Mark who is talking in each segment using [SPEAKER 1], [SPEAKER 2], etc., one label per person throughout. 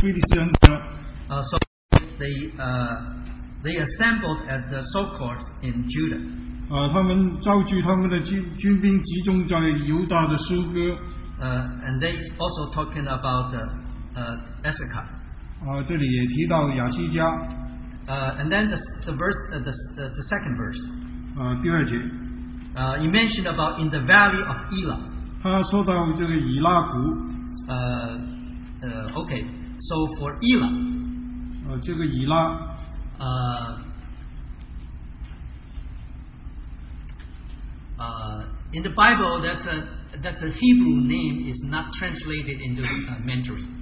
[SPEAKER 1] 推宣的
[SPEAKER 2] Uh, so they, uh, they assembled at the Socors in Judah.
[SPEAKER 1] 啊，他们召集他们的军军兵集中在犹大的收割
[SPEAKER 2] Uh, and they also talking about uh, uh, Issachar.
[SPEAKER 1] 啊，这里也提到亚西家
[SPEAKER 2] Uh, and then the, the verse, uh, the, the, the second verse,
[SPEAKER 1] 啊，第二节，
[SPEAKER 2] uh, you mentioned about in the valley of Elah.
[SPEAKER 1] 他说到这个以拉谷，
[SPEAKER 2] Uh, uh, okay, so for Elah,
[SPEAKER 1] 呃，这个以拉
[SPEAKER 2] uh, uh, in the Bible, that's a that's a Hebrew name is not translated into uh, Mandarin.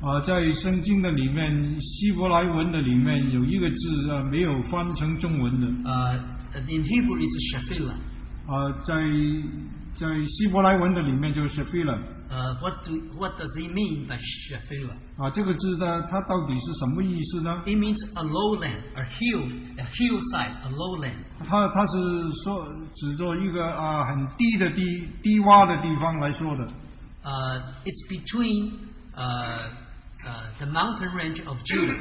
[SPEAKER 1] 啊，在圣经的里面，希伯来文的里面有一个字啊，没有翻成中文的
[SPEAKER 2] Uh, in Hebrew, it's Shephelah.
[SPEAKER 1] 啊，在在希伯来文的里面就是 s h e l a
[SPEAKER 2] Uh, what do what does it mean by Shephelah?
[SPEAKER 1] 啊，这个字呢，它到底是什么意思呢？
[SPEAKER 2] It means a lowland, a hill, a hillside, a lowland.
[SPEAKER 1] 它它是说指着一个啊很低的低低洼的地方来说的
[SPEAKER 2] Uh, it's between uh, uh, the mountain range of Judah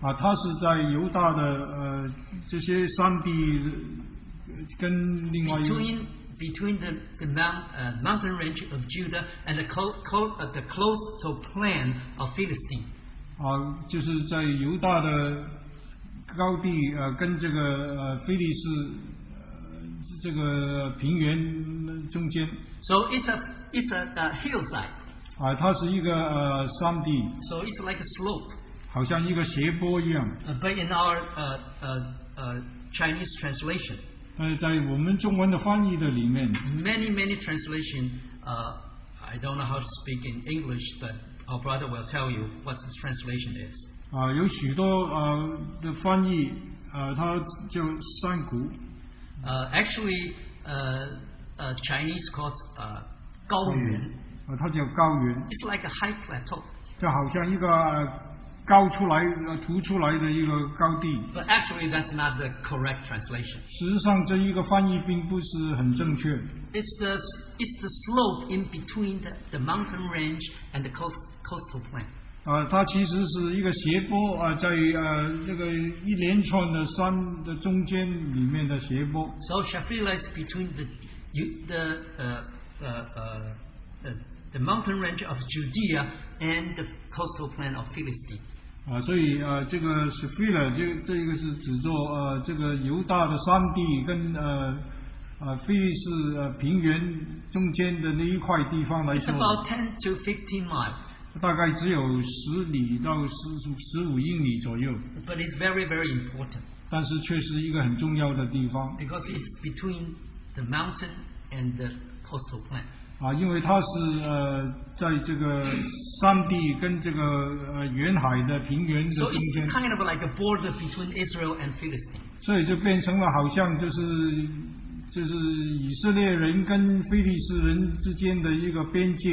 [SPEAKER 1] 啊，它是在犹大的呃这些山地呃跟另外一个
[SPEAKER 2] between between the, the mount, uh, mountain range of Judah and the clo- clo- uh, the coastal plain of Philistine.
[SPEAKER 1] 啊，就是在犹大的高地呃跟这个呃菲利士呃这个平原中间
[SPEAKER 2] So it's a it's a, uh hillside.
[SPEAKER 1] 啊，它是一个呃山地，
[SPEAKER 2] So it's like a slope.
[SPEAKER 1] 好像一个斜坡一样。
[SPEAKER 2] Uh, but in our uh, uh, uh, Chinese translation,
[SPEAKER 1] 但是在我们中文的翻译的里面，
[SPEAKER 2] many many translation. Uh, I don't know how to speak in English, but our brother will tell you what the translation is.
[SPEAKER 1] 啊，有许多呃的翻译，呃，它叫山谷，
[SPEAKER 2] Uh, actually, uh, uh, Chinese called uh, 高原.
[SPEAKER 1] 呃，它叫高原，
[SPEAKER 2] It's like a high plateau,
[SPEAKER 1] 就好像一个呃高出来、呃凸出来的一个高地。
[SPEAKER 2] but actually that's not the correct translation.
[SPEAKER 1] 实际上，这一个翻译并不是很正确，
[SPEAKER 2] It's the it's the slope in between the, the mountain range and the coast, coastal plain.
[SPEAKER 1] 啊，它其实是一个斜坡啊、在呃这个一连串的山的中间里面的斜坡
[SPEAKER 2] So Shafila is between the you, the uh, uh, uh, uh, the mountain range of Judea and the coastal plain of Philistine.
[SPEAKER 1] 啊、所以呃这个 s h i l a 这这一个是指做呃这个犹大的山地跟呃呃菲利士呃平原中间的那一块地方来
[SPEAKER 2] It's
[SPEAKER 1] 说，
[SPEAKER 2] about 10 to 15 miles,
[SPEAKER 1] 大概只有十里到十十五英里左右，
[SPEAKER 2] but it's very very important.
[SPEAKER 1] 但是却是一个很重要的地方
[SPEAKER 2] because it's between the mountain and the coastal plain.
[SPEAKER 1] 啊，因为它是呃在这个山地跟这个呃沿海的平原的
[SPEAKER 2] So
[SPEAKER 1] 中间
[SPEAKER 2] it's，kind of like a border between Israel and Philistine.
[SPEAKER 1] 所以就变成了好像就是就是以色列人跟非利士人之间的一个边界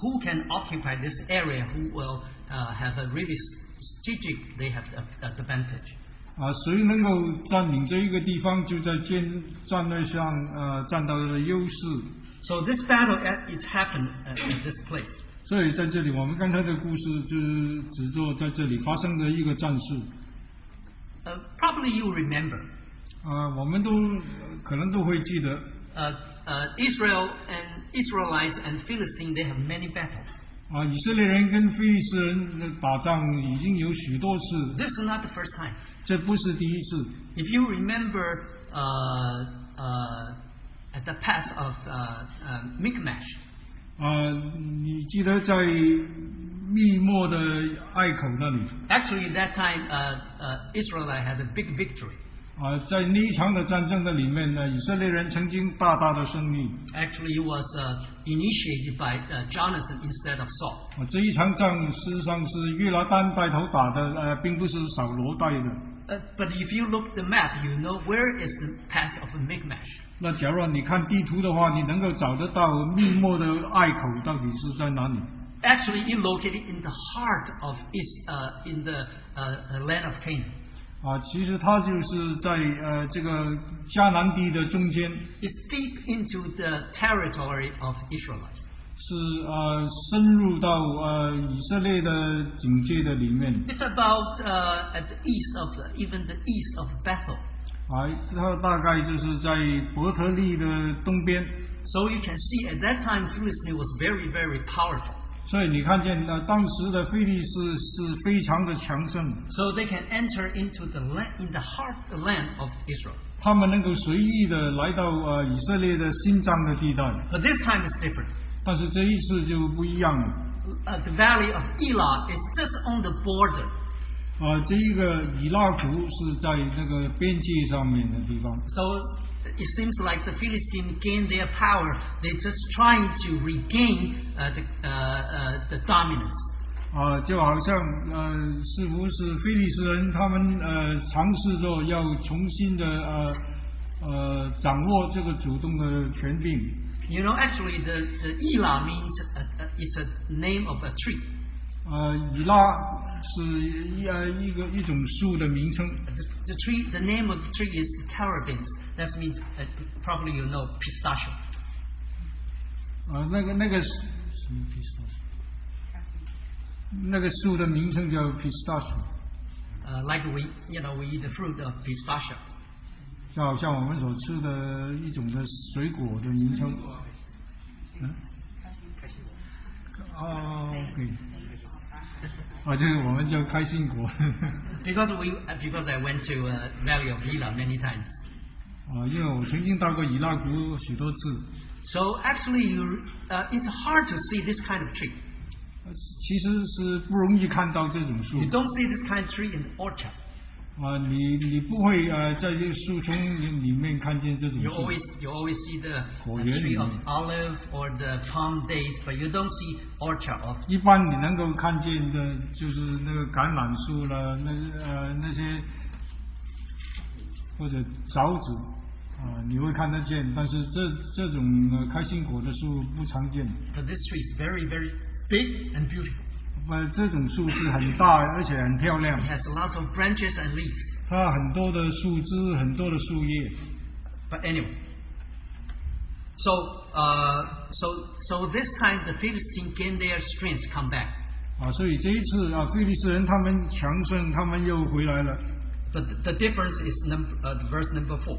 [SPEAKER 2] Who can occupy this area? Who will uh, have a really strategic? They have the the advantage.
[SPEAKER 1] 啊，谁能够占领这一个地方，就在战战略上呃占到了优势。
[SPEAKER 2] So this battle at- is happened at, at this place.
[SPEAKER 1] 所以在这里，我们刚才的故事就是只做在这里发生的一个战事。
[SPEAKER 2] Uh, probably you remember.
[SPEAKER 1] 啊，我们都可能都会记得，
[SPEAKER 2] Uh, uh, Israel and Israelites and Philistine, they have many battles.
[SPEAKER 1] 啊，以色列人跟非利士人的打仗已经有许多次，
[SPEAKER 2] This is not the first time.
[SPEAKER 1] 这不是第一次。
[SPEAKER 2] If you remember uh, uh, at the pass of uh, uh, Mi'kmaq,
[SPEAKER 1] 啊，你记得在密末的隘口那里，
[SPEAKER 2] actually that time uh, uh, Israel had a big victory.
[SPEAKER 1] 啊，在那一场的战争的里面呢，以色列人曾经大大的胜利。
[SPEAKER 2] Actually, it was uh, initiated by uh, Jonathan instead of Saul.
[SPEAKER 1] 啊，这一场仗事实上是约拿丹带头打的，呃，并不是扫罗带的。
[SPEAKER 2] Uh, but if you look at the map, you know where is the pass of Mi'kmaq.
[SPEAKER 1] 那假如你看地图的话，你能够找得到密末的隘口到底是在哪里？
[SPEAKER 2] Actually, it located in the heart of is uh, in the uh, uh, land of Canaan.
[SPEAKER 1] 啊，其实它就是在呃这个迦南地的中间，
[SPEAKER 2] It's deep into the territory of Israelites.
[SPEAKER 1] 是呃深入到呃以色列的警戒的里面
[SPEAKER 2] It's about uh, at the east of the, even the east of Bethel.
[SPEAKER 1] 啊，它大概就是在伯特利的东边，
[SPEAKER 2] So you can see at that time Philistine was very very powerful.
[SPEAKER 1] 所以你看见呃当时的菲利士是非常的强盛，
[SPEAKER 2] So they can enter into the land in the heart the land of Israel.
[SPEAKER 1] 他们能够随意的来到呃以色列的心脏的地带，
[SPEAKER 2] But this time is different.
[SPEAKER 1] 但是这一次就不一样了。
[SPEAKER 2] Uh, the valley of Elah is just on the border.
[SPEAKER 1] 啊，这一个以拉图是在这个边界上面的地方，
[SPEAKER 2] So it seems like the Philistines gain their power. They're just trying to regain uh, the, uh, uh, the dominance.
[SPEAKER 1] 啊，就好像呃，似乎是菲利斯人他们呃尝试着要重新的呃呃掌握这个主动的权柄
[SPEAKER 2] You know, actually, the, the Elah means uh uh it's a name of a tree.
[SPEAKER 1] 呃，以拉是一呃一个一种树的名称
[SPEAKER 2] The, the tree, the name of the tree is terebinth. That means uh, probably you know pistachio.
[SPEAKER 1] 啊、那个那个是什么 pistachio？那个树的名称叫 pistachio，
[SPEAKER 2] Uh, like we, you know, we eat the fruit of pistachio.
[SPEAKER 1] 就好像我们所吃的一种的水果的名称。嗯。哦，OK。啊，这个我们叫开心果。啊
[SPEAKER 2] Because we, uh, because I went to uh, Valley of Elah many times.
[SPEAKER 1] 啊，因为我曾经到过伊拉克许多次，
[SPEAKER 2] So actually, you, uh, it's hard to see this kind of tree.
[SPEAKER 1] 呃其实是不容易看到这种树
[SPEAKER 2] You don't see this kind of tree in the orchard.
[SPEAKER 1] 啊，你你不会呃在这个树丛里面看见这种
[SPEAKER 2] You
[SPEAKER 1] 树
[SPEAKER 2] always you always see the,
[SPEAKER 1] Well,
[SPEAKER 2] the
[SPEAKER 1] Mm-hmm. yeah,
[SPEAKER 2] tree of
[SPEAKER 1] yeah.
[SPEAKER 2] olive or the palm date, but you don't see orchard of
[SPEAKER 1] 一般你能够看见的就是那个橄榄树了，那呃那些或者枣子啊、你会看得见，但是这这种呃开心果的树不常见。
[SPEAKER 2] But this tree is very very big and beautiful.
[SPEAKER 1] 呃，这种树是很大，而且很漂亮
[SPEAKER 2] It，has lots of branches and leaves.
[SPEAKER 1] 它很多的树枝，很多的树叶。
[SPEAKER 2] But anyway. So uh, so so this time the Philistines gain their strength, come back.
[SPEAKER 1] 啊，所以这一次啊，菲利斯人他们强盛，他们又回来了。
[SPEAKER 2] But the, the difference is num- uh, verse number four.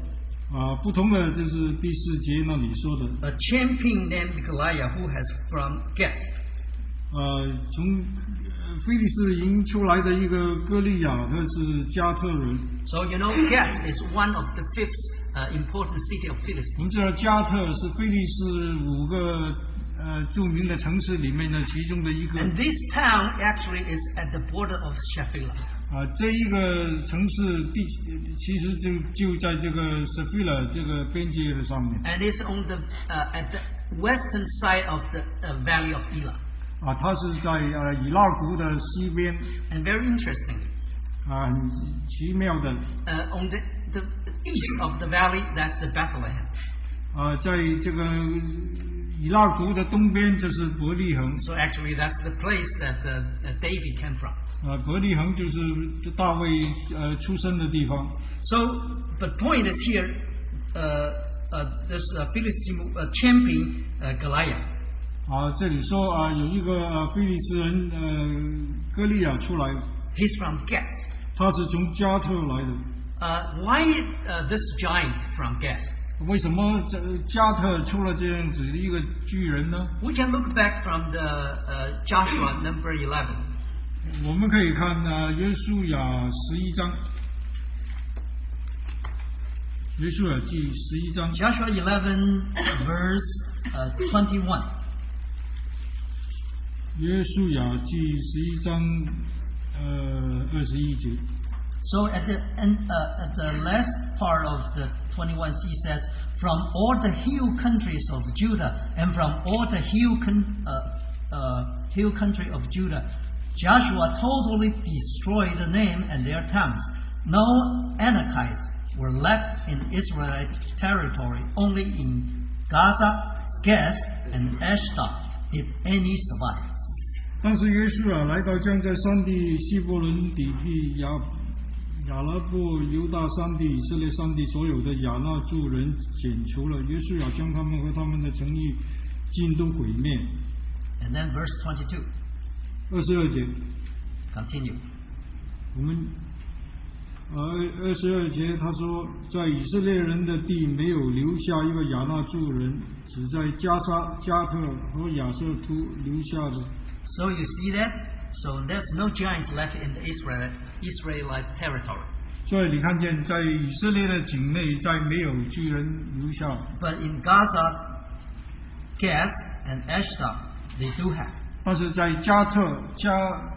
[SPEAKER 1] 啊，不同的就是第四节那里说的，
[SPEAKER 2] A champion named Goliath who has from Gath.
[SPEAKER 1] 呃，从呃菲利斯营出来的一个歌利亚，他是加特人。
[SPEAKER 2] So you know, Gath is one of the fifth uh, important city of Philistine.
[SPEAKER 1] 我们知道加特是菲利斯五个呃著名的城市里面的其中的一个。
[SPEAKER 2] And this town actually is at the border of Shephelah.
[SPEAKER 1] 啊、这一个城市地其实就就在这个 s e p h i l a 这个边界的上面
[SPEAKER 2] And it's on the uh, at the western side of the uh, valley of Elah.
[SPEAKER 1] 啊，它是在呃以拉谷的西边
[SPEAKER 2] And very interestingly,
[SPEAKER 1] 啊，很奇妙的
[SPEAKER 2] uh, on the, the east of the valley, that's the Bethlehem.
[SPEAKER 1] 啊，在这个以拉谷的东边就是伯利恒
[SPEAKER 2] So actually, that's the place that uh, uh, David came from.
[SPEAKER 1] 啊，伯利恒就是大卫呃出生的地方
[SPEAKER 2] So the point is here, uh, uh, this uh, Philistine uh, champion uh, Goliath.
[SPEAKER 1] 啊。这里说啊，有一个呃菲利斯人呃歌利亚出来，
[SPEAKER 2] He's from Gath.
[SPEAKER 1] 他是从加特来的。
[SPEAKER 2] Uh, why uh, this giant from Gath?
[SPEAKER 1] 为什么这加特出了这样子的一个巨人呢？
[SPEAKER 2] We can look back from the uh, Joshua number 11.
[SPEAKER 1] 我们可以看呃约书亚十一章，约书亚记十一章
[SPEAKER 2] Joshua 11, verse uh, 21.
[SPEAKER 1] 约书亚记十一章，呃，二十一节。
[SPEAKER 2] So at the end, uh, at the last part of the 21, he says, "From all the hill countries of Judah and from all the hill con- uh, uh, hill country of Judah, Joshua totally destroyed the name and their towns. No Anakites were left in Israelite territory. Only in Gaza, Gath, and Ashdod did any survive."
[SPEAKER 1] 当时约书亚来到将在山地、希伯伦底地、亚亚拉布、犹大山地、以色列山地所有的亚纳族人剪除了。约书亚将他们和他们的城邑尽都毁灭，
[SPEAKER 2] And then verse 22,
[SPEAKER 1] 二十二节，
[SPEAKER 2] continue.
[SPEAKER 1] 我们呃二十二节他说，在以色列人的地没有留下一个亚纳族人，只在加沙、加特和亚瑟突留下的。
[SPEAKER 2] So you see that? So there's no giant left in the Israel, Israelite territory.
[SPEAKER 1] 所以你看见，在以色列的境内，再没有巨人留下，
[SPEAKER 2] But in Gaza, Gaz and Ashdod, they do have.
[SPEAKER 1] 但是在加特、加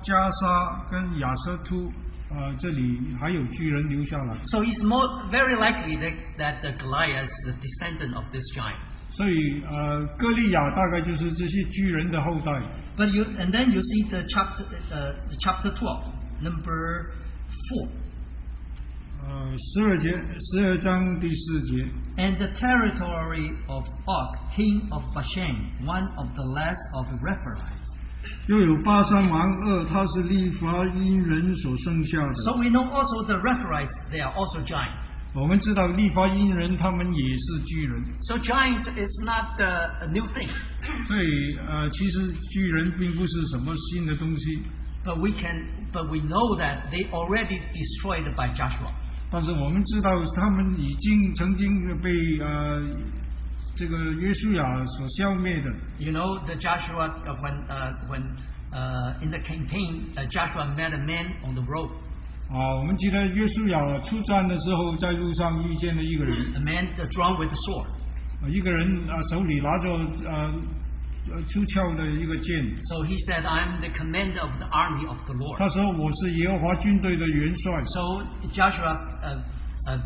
[SPEAKER 1] 加沙跟亚瑟突，呃，这里还有巨人留下来。
[SPEAKER 2] So it's more very likely that, that the Goliath is the descendant of this giant.
[SPEAKER 1] 所以呃，歌利亚大概就是这些巨人的后代。
[SPEAKER 2] But you and then you see the chapter uh, the chapter twelve, number four.
[SPEAKER 1] 呃，十二节，十二章第四节，
[SPEAKER 2] And the territory of Og, king of Bashan, one of the last of the Rephaites.
[SPEAKER 1] 又有巴山王二，他是利伐因人所生下的。
[SPEAKER 2] So we know also the Rephaites, they are also giants.
[SPEAKER 1] 我们知道利伐因人他们也是巨人，
[SPEAKER 2] So giants is not uh, a new thing,
[SPEAKER 1] 所以呃，其实巨人并不是什么新的东西，
[SPEAKER 2] but we can but we know that they already destroyed by Joshua.
[SPEAKER 1] 但是我们知道他们已经曾经被呃这个约书亚所消灭的。
[SPEAKER 2] You know, the Joshua uh, when uh, when uh, in the campaign, uh, Joshua met a man on the road.
[SPEAKER 1] 啊，我们记得约书亚出战的时候，在路上遇见了一个人，
[SPEAKER 2] A man uh, drawn with a sword.
[SPEAKER 1] 啊一个人啊手里拿着呃呃出鞘的一个剑，
[SPEAKER 2] So he said, "I'm the commander of the army of the Lord."
[SPEAKER 1] 他说我是耶和华军队的元帅，
[SPEAKER 2] So Joshua, uh, uh,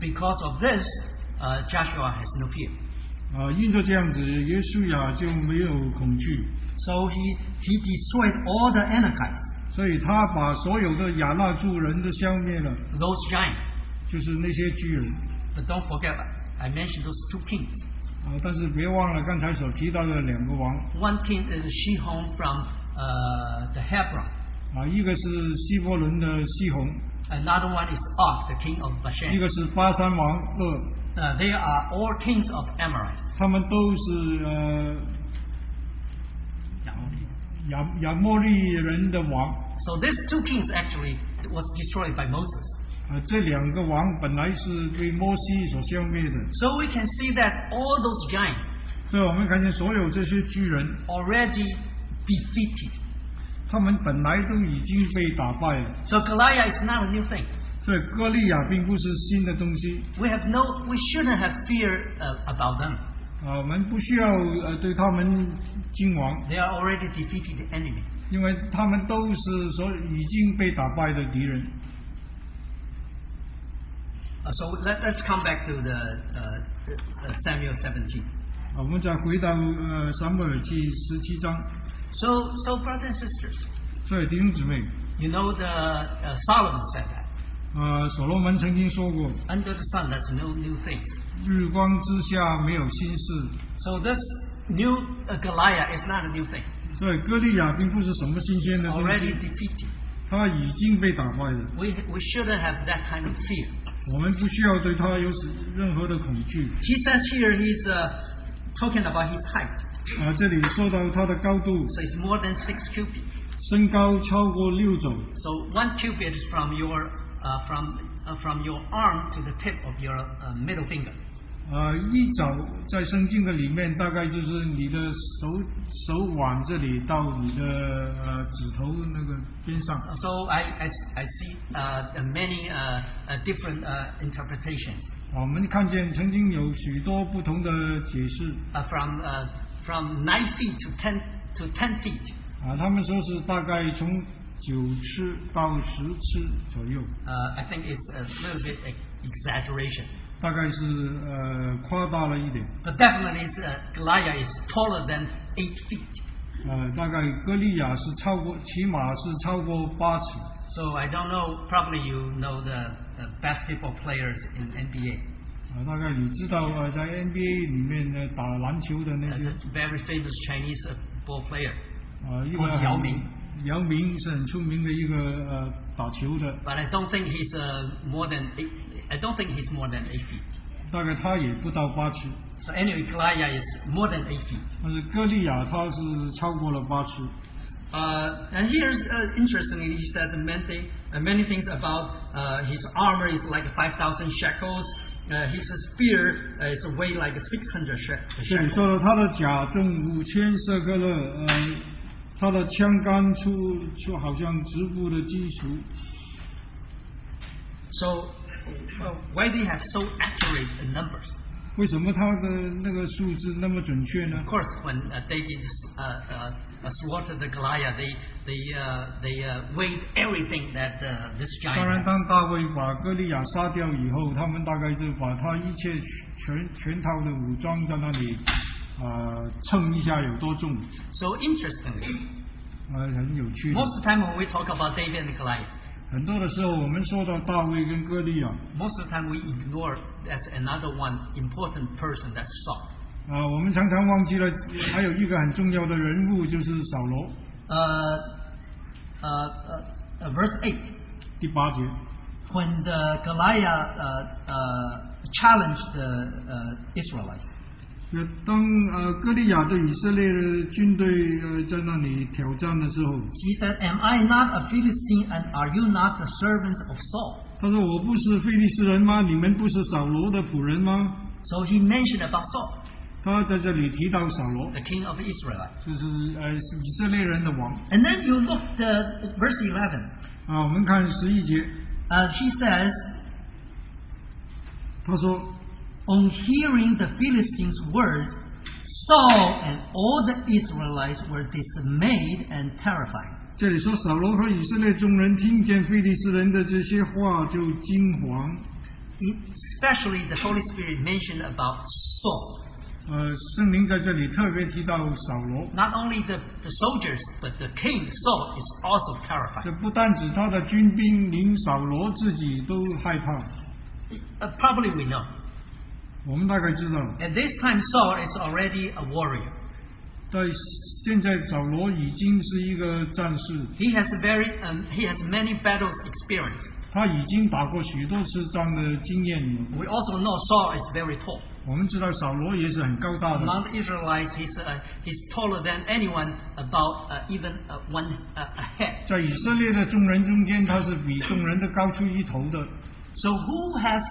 [SPEAKER 2] because of this, uh, Joshua has no fear.
[SPEAKER 1] 啊，因着这样子，约书亚就没有恐惧，
[SPEAKER 2] So he he destroyed all the Anakites,
[SPEAKER 1] 所以他把所有的亚纳族人都消灭了，
[SPEAKER 2] those giants.
[SPEAKER 1] 就是那些巨人
[SPEAKER 2] But don't forget, I mentioned those two kings.
[SPEAKER 1] 啊。但是别忘了刚才所提到的两个王
[SPEAKER 2] One king is Shihon from uh, the Hebron.
[SPEAKER 1] 啊，一个是希伯伦的西宏，
[SPEAKER 2] Another one is Og, the king of
[SPEAKER 1] 一
[SPEAKER 2] Bashan.
[SPEAKER 1] 个是巴山王二，
[SPEAKER 2] Uh, they are all kings of Amorites.
[SPEAKER 1] 他们都是呃亚亚莫利人的王。
[SPEAKER 2] So these two kings actually was destroyed by Moses.
[SPEAKER 1] 啊，这两个王本来是被摩西所消灭的，
[SPEAKER 2] So we can see that all those giants
[SPEAKER 1] 所以我们看见所有这些巨人，
[SPEAKER 2] already defeated.
[SPEAKER 1] 他们本来都已经被打败了，
[SPEAKER 2] So Goliath is not a new thing.
[SPEAKER 1] 所以歌利亚并不是新的东西
[SPEAKER 2] We have no, we shouldn't have fear uh, about them.
[SPEAKER 1] 啊，我们不需要呃对他们惊惶，
[SPEAKER 2] They are already defeated enemy.
[SPEAKER 1] 因为他们都是所已经被打败的敌人。
[SPEAKER 2] Uh, so let, let's come back to the uh, uh, Samuel 17.
[SPEAKER 1] 啊，我们再回到呃撒母耳记十七章，
[SPEAKER 2] So, so brothers and sisters,
[SPEAKER 1] 所以弟兄姊妹，
[SPEAKER 2] you know the uh, Solomon said that
[SPEAKER 1] 啊，所罗门曾经说过，
[SPEAKER 2] under the sun there's no new things.
[SPEAKER 1] 日光之下没有新事，
[SPEAKER 2] So this new uh, Goliath is not a new thing.
[SPEAKER 1] 所以歌利亚并不是什么新鲜的东
[SPEAKER 2] Already
[SPEAKER 1] 西。
[SPEAKER 2] defeated.
[SPEAKER 1] 他已经被打败了，
[SPEAKER 2] We we shouldn't have that kind of fear.
[SPEAKER 1] 我们不需要对他有任何的恐惧。
[SPEAKER 2] He says here he's uh, talking about his height.
[SPEAKER 1] 啊、这里说到他的高度，
[SPEAKER 2] So it's more than six cubits.
[SPEAKER 1] 身高超过六肘，
[SPEAKER 2] So one cubit is from your uh, from uh, from your arm to the tip of your uh, middle finger.
[SPEAKER 1] 啊、一肘在圣经的里面大概就是你的手手腕这里到你的呃指头那个边上。啊、
[SPEAKER 2] So I, I s- I see uh, the many uh, uh, different uh, interpretations
[SPEAKER 1] 我们看见曾经有许多不同的解释，
[SPEAKER 2] uh, from uh, from nine feet to ten to ten feet.
[SPEAKER 1] 啊、他们说是大概从九尺到十尺左右，
[SPEAKER 2] Uh, I think it's a little bit ex- exaggeration,
[SPEAKER 1] 大概是呃夸大了一点。
[SPEAKER 2] but definitely it's, uh, Goliath is taller than eight feet.
[SPEAKER 1] 呃，大概歌利亚是超过，起码是超过八尺。
[SPEAKER 2] So I don't know. Probably you know the uh, basketball players in NBA.
[SPEAKER 1] 啊、大概你知道呃，在 NBA 里面呢，打篮球的那
[SPEAKER 2] Uh,
[SPEAKER 1] 些
[SPEAKER 2] the very famous Chinese uh, ball player.
[SPEAKER 1] 啊、一个
[SPEAKER 2] 或者
[SPEAKER 1] 很
[SPEAKER 2] 姚明，
[SPEAKER 1] 姚明是很出名的一个呃打球的，
[SPEAKER 2] But I don't think he's uh, more than eight, I don't think he's more than eight feet.
[SPEAKER 1] 啊、大概他也不到八尺，
[SPEAKER 2] So anyway, Goliath is more than eight feet.
[SPEAKER 1] 但是歌利亚他是超过了八尺。
[SPEAKER 2] Uh, and here's uh, interestingly, he said many, thing, uh, many things about uh, his armor is like 5,000 shekels. Uh, his spear uh, is weigh like 600 she-
[SPEAKER 1] 这里
[SPEAKER 2] shekels.
[SPEAKER 1] 说了他的甲重五千舍克勒，呃，他的枪杆粗粗好像直布的基础，
[SPEAKER 2] So uh, why they have so accurate numbers?
[SPEAKER 1] 为什么他的那个数字那么准确呢
[SPEAKER 2] Of？course, when uh, David uh, uh, slaughtered the Goliath, they they uh, they uh, weighed everything that uh, this
[SPEAKER 1] 当然，
[SPEAKER 2] giant. has.
[SPEAKER 1] 当大卫把歌利亚杀掉以后，他们大概是把他一切全全套的武装在那里，呃，称一下有多重，
[SPEAKER 2] So interestingly,
[SPEAKER 1] 呃，很有趣。
[SPEAKER 2] most of the time when we talk about David and Goliath,
[SPEAKER 1] 很多的时候，我们说到大卫跟歌利亚，
[SPEAKER 2] most of the time we ignore that's another one important person that's Saul.
[SPEAKER 1] 啊、我们常常忘记了还有一个很重要的人物就是扫罗，
[SPEAKER 2] Uh, uh, uh, uh, verse eight,
[SPEAKER 1] 第八节。
[SPEAKER 2] when the Goliath uh, uh, challenged the uh, Israelites.
[SPEAKER 1] 那当呃歌利亚对以色列的军队呃在那里挑战的时候，
[SPEAKER 2] He said, Am I not a Philistine and are you not the servants of Saul?
[SPEAKER 1] 他说：“我不是非利士人吗？你们不是扫罗的仆人吗
[SPEAKER 2] So he mentioned about Saul,？”
[SPEAKER 1] 他在这里提到扫罗，
[SPEAKER 2] the king of Israel.
[SPEAKER 1] 就是呃以色列人的王
[SPEAKER 2] And then you look the verse 11.
[SPEAKER 1] 啊。我们看十一节，
[SPEAKER 2] Uh, he says,
[SPEAKER 1] 他说
[SPEAKER 2] On hearing the Philistines' words, Saul and all the Israelites were dismayed and terrified.
[SPEAKER 1] 这里说扫罗和以色列众人听见非利士人的这些话就惊惶。
[SPEAKER 2] Especially the Holy Spirit mentioned about Saul.
[SPEAKER 1] 呃，圣灵在这里特别提到扫罗，
[SPEAKER 2] Not only the, the soldiers, but the king Saul is also terrified.
[SPEAKER 1] 这不单指他的军兵，连扫罗自己都害怕。
[SPEAKER 2] Uh, probably we know.
[SPEAKER 1] 我们大概知道。
[SPEAKER 2] At this time, Saul is already a warrior.
[SPEAKER 1] 在现在扫罗已经是一个战士，
[SPEAKER 2] He has very um, he has many battles experience.
[SPEAKER 1] 他已经打过许多次仗的经验了。
[SPEAKER 2] We also know Saul is very tall.
[SPEAKER 1] 我们知道扫罗也是很高大的，
[SPEAKER 2] Among the Israelites, he's, uh, he's taller than anyone, about uh, even uh, one uh, a head.
[SPEAKER 1] 在以色列的众人中间，他是比众人都高出一头的。
[SPEAKER 2] So who has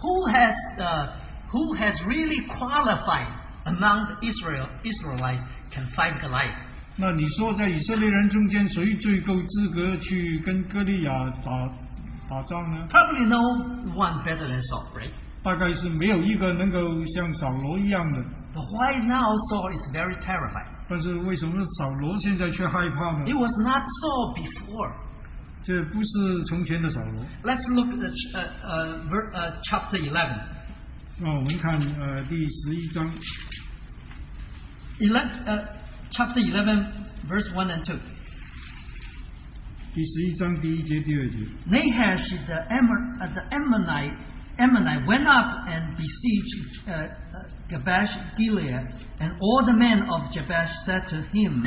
[SPEAKER 2] who has uh, who has really qualified among the Israel Israelites can fight Goliath?
[SPEAKER 1] 那你说，在以色列人中间，谁最够资格去跟歌利亚打打仗呢？
[SPEAKER 2] Probably no one better than Saul, right?
[SPEAKER 1] 大概是没有一个能够像扫罗一样的。
[SPEAKER 2] But why now Saul is very terrified?
[SPEAKER 1] 但是为什么扫罗现在却害怕
[SPEAKER 2] It
[SPEAKER 1] 呢？
[SPEAKER 2] was not Saul before.
[SPEAKER 1] 这不是从前的扫罗。
[SPEAKER 2] Let's look at the ch- uh, uh, ver- uh, chapter 11.
[SPEAKER 1] 那我们看呃第十一章。
[SPEAKER 2] Ele- uh, chapter 11, verse 1 and 2.
[SPEAKER 1] 第十一章第一节、第二节，
[SPEAKER 2] Nahash the, Ammon, uh, the Ammonite, Ammonite went up and besieged uh, uh, Jabesh Gilead, and all the men of Jabesh said to him,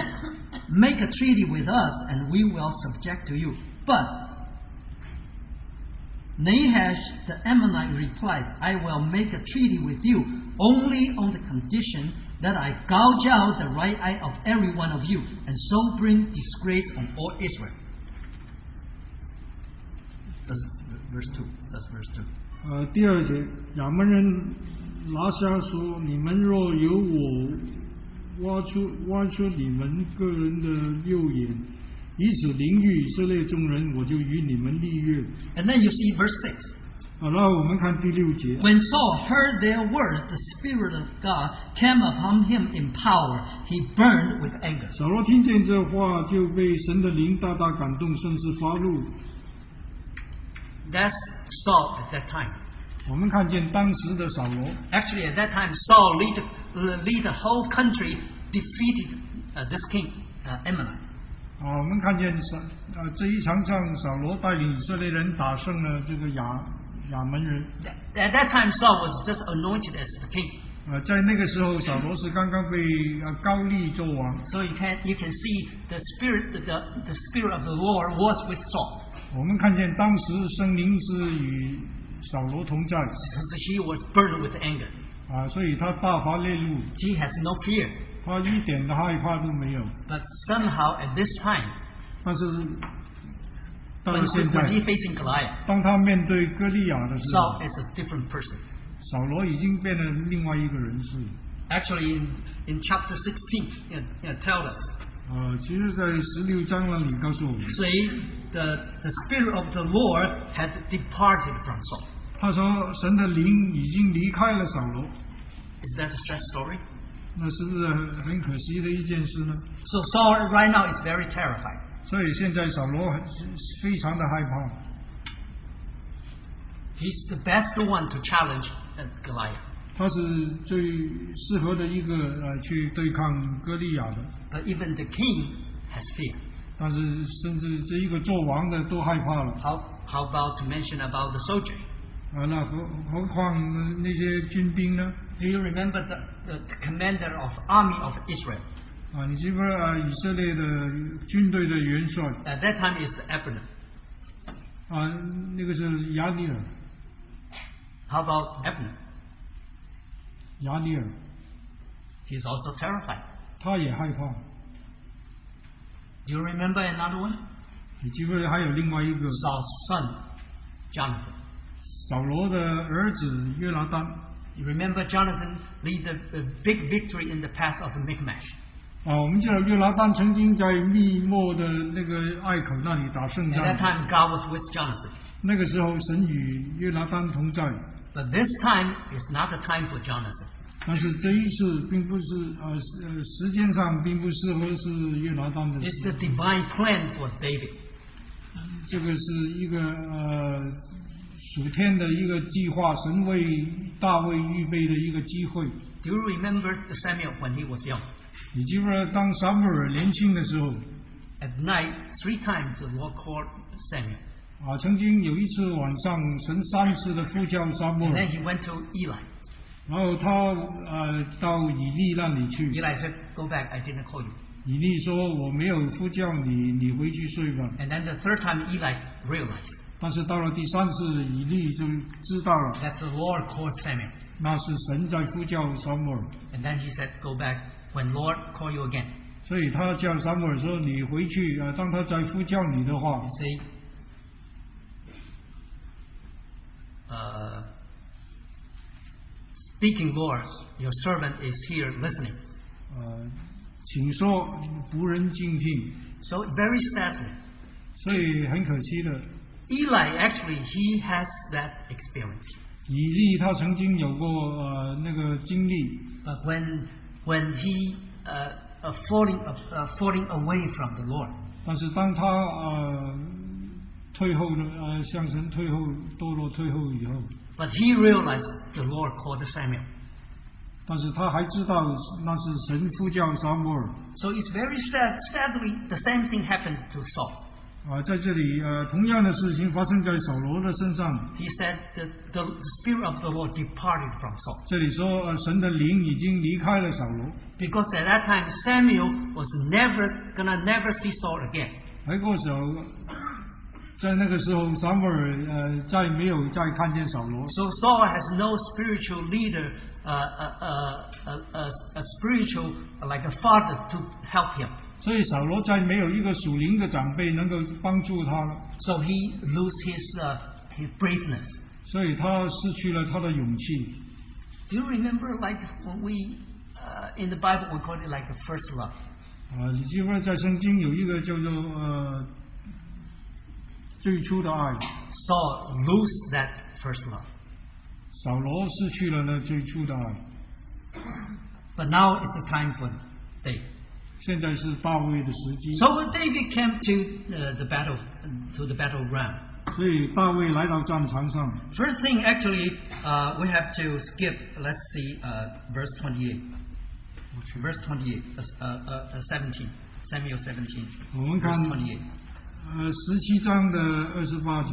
[SPEAKER 2] Make a treaty with us, and we will subject to you. But Nahash the Ammonite replied, I will make a treaty with you only on the condition that I gouge out the right eye of every one of you, and so bring disgrace on all Israel. That's verse 2. That's verse 2.
[SPEAKER 1] 呃，第二节，亚门人拿下说：“你们若有我挖出挖出你们个人的右眼，以此凌辱以色列众人，我就与你们立约。
[SPEAKER 2] And then you see verse 6. ”
[SPEAKER 1] 好，那我们看第六节，
[SPEAKER 2] When Saul heard their words, the Spirit of God came upon him in power. He burned with anger.
[SPEAKER 1] 扫罗听见这话，就被神的灵大大感动，甚至发怒。
[SPEAKER 2] That's Saul at that time.
[SPEAKER 1] 我们看见当时的扫罗，
[SPEAKER 2] Actually, at that time, Saul lead, uh, lead the whole country, defeated uh, this king, uh, Amalek.
[SPEAKER 1] 啊，我们看见扫，呃，这一场仗，扫罗带领以色列人打胜了这个亚亚门人。
[SPEAKER 2] Th- At that time, Saul was just anointed as the king.
[SPEAKER 1] 呃，在那个时候，小罗是刚刚被呃高丽做王。
[SPEAKER 2] So you can, you can see the spirit, the, the spirit of the Lord was with Saul.
[SPEAKER 1] 我们看见当时圣灵是与扫罗同在
[SPEAKER 2] Because he was burdened with anger.
[SPEAKER 1] 啊，所以他大发烈怒，
[SPEAKER 2] He has no fear.
[SPEAKER 1] 他一点的害怕都没有。
[SPEAKER 2] But somehow at this time,
[SPEAKER 1] 但是到
[SPEAKER 2] when,
[SPEAKER 1] 了现
[SPEAKER 2] when
[SPEAKER 1] 在，
[SPEAKER 2] he facing Goliath,
[SPEAKER 1] 当他面对歌利亚的时候
[SPEAKER 2] Saul，is a different person.
[SPEAKER 1] 扫罗已经变成另外一个人是。
[SPEAKER 2] Actually, in, in chapter 16, you know, you know, tell us.
[SPEAKER 1] 啊，其实，在十六章那里告诉我们，
[SPEAKER 2] See, the, the Spirit of the Lord had departed from Saul.
[SPEAKER 1] 他说神的灵已经离开了扫罗，
[SPEAKER 2] Is that a sad story?
[SPEAKER 1] 那是不是很很可惜的一件事呢？
[SPEAKER 2] So Saul right now is very terrified.
[SPEAKER 1] 所以现在扫罗很非常的害怕。
[SPEAKER 2] He's the best one to challenge uh, Goliath.
[SPEAKER 1] 他是最适合的一个呃去对抗歌利亚的，
[SPEAKER 2] But even the king has fear.
[SPEAKER 1] 但是甚至这一个做王的都害怕了
[SPEAKER 2] How, how about to mention about the soldier?
[SPEAKER 1] 啊，那何何况呃那些军兵呢？
[SPEAKER 2] Do you remember the, the commander of army of Israel?
[SPEAKER 1] 啊，你记不记得啊以色列的军队的元帅
[SPEAKER 2] At that time is the Abner.
[SPEAKER 1] 啊，那个是亚尼尔，
[SPEAKER 2] How about Abner?
[SPEAKER 1] 亚尼尔
[SPEAKER 2] He's also terrified.
[SPEAKER 1] 他也害怕。
[SPEAKER 2] Do you remember another one?
[SPEAKER 1] 你记不记得还有另外一个
[SPEAKER 2] Saul's son, Jonathan.
[SPEAKER 1] 扫罗的儿子约拿丹
[SPEAKER 2] You remember Jonathan lead the, the big victory in the pass of Michmash.
[SPEAKER 1] 啊？我们知道约拿丹曾经在密墨的那个隘口那里打胜
[SPEAKER 2] At
[SPEAKER 1] 仗
[SPEAKER 2] that，time, God was with Jonathan.
[SPEAKER 1] 那个时候神与约拿丹同在。
[SPEAKER 2] But this time is not the time for Jonathan.
[SPEAKER 1] 但是这一次并不是呃呃时间上并不适合是越南当的
[SPEAKER 2] It's
[SPEAKER 1] 事，
[SPEAKER 2] the divine plan for David.
[SPEAKER 1] 这个是一个呃属天的一个计划，神为大卫预备的一个机会。
[SPEAKER 2] Do you remember the Samuel when he was young?
[SPEAKER 1] 你记不记得当撒母耳年轻的时候
[SPEAKER 2] At night, three times the Lord called Samuel.
[SPEAKER 1] 啊，曾经有一次晚上神三次的呼叫撒母
[SPEAKER 2] And
[SPEAKER 1] 耳
[SPEAKER 2] then，he went to Eli.
[SPEAKER 1] 然后他呃到以利那里去，
[SPEAKER 2] Eli said, Go back, I didn't call you.
[SPEAKER 1] 以利说我没有呼叫你，你回去睡吧。
[SPEAKER 2] And then the third time, Eli realized
[SPEAKER 1] 但是到了第三次，以利就知道了。
[SPEAKER 2] that the Lord called Samuel.
[SPEAKER 1] 那是神在呼叫撒母耳，
[SPEAKER 2] And then he said, Go back when Lord call you again.
[SPEAKER 1] 所以他叫撒母耳说：“你回去啊，呃当他在呼叫你的话
[SPEAKER 2] You，see, uh, speaking, Lord, your servant is here listening.
[SPEAKER 1] 呃，请说仆人静听。
[SPEAKER 2] So very sadly, ”
[SPEAKER 1] 所以很可惜的，
[SPEAKER 2] Eli actually he has that experience.
[SPEAKER 1] 以利他曾经有过呃那个经历，
[SPEAKER 2] But when when he uh, uh, falling uh, falling away from the Lord,
[SPEAKER 1] 但是当他呃退后了，呃向神退后堕落退后以后，
[SPEAKER 2] but he realized the Lord called Samuel.
[SPEAKER 1] 但是他还知道那是神呼叫撒母耳
[SPEAKER 2] So it's very sad. Sadly, the same thing happened to Saul.
[SPEAKER 1] 啊、在这里呃同样的事情发生在扫罗的身上。
[SPEAKER 2] He said that the, the spirit of the Lord departed from Saul
[SPEAKER 1] 这里说，呃，神的灵已经离开了扫罗，
[SPEAKER 2] because at that time Samuel was never gonna never see Saul again.
[SPEAKER 1] 回过手，在那个时候，撒母耳呃，再没有再看见扫罗，
[SPEAKER 2] So Saul has no spiritual leader, uh, uh, uh, uh, uh, a spiritual like a father to help him.
[SPEAKER 1] 所以扫罗再没有一个属灵的长辈能够帮助他了，
[SPEAKER 2] So he lose his uh, his braveness.
[SPEAKER 1] 所以他失去了他的勇气。
[SPEAKER 2] Do you remember like when we uh, in the Bible we call it like a first love?
[SPEAKER 1] 啊、你记不记得在圣经有一个叫做呃最初的爱，
[SPEAKER 2] Saul lose that first love.
[SPEAKER 1] 扫罗失去了那最初的爱。
[SPEAKER 2] But now it's the time for David.
[SPEAKER 1] 现在是大卫的时机，
[SPEAKER 2] So when David came to uh, the battle to the battleground,
[SPEAKER 1] 所以大卫来到战场上。
[SPEAKER 2] first thing actually uh, we have to skip. Let's see uh, verse 28. Verse 28, uh, uh, uh, 17, Samuel 17,
[SPEAKER 1] 我们看
[SPEAKER 2] verse 28.
[SPEAKER 1] 呃十七章的二十八节。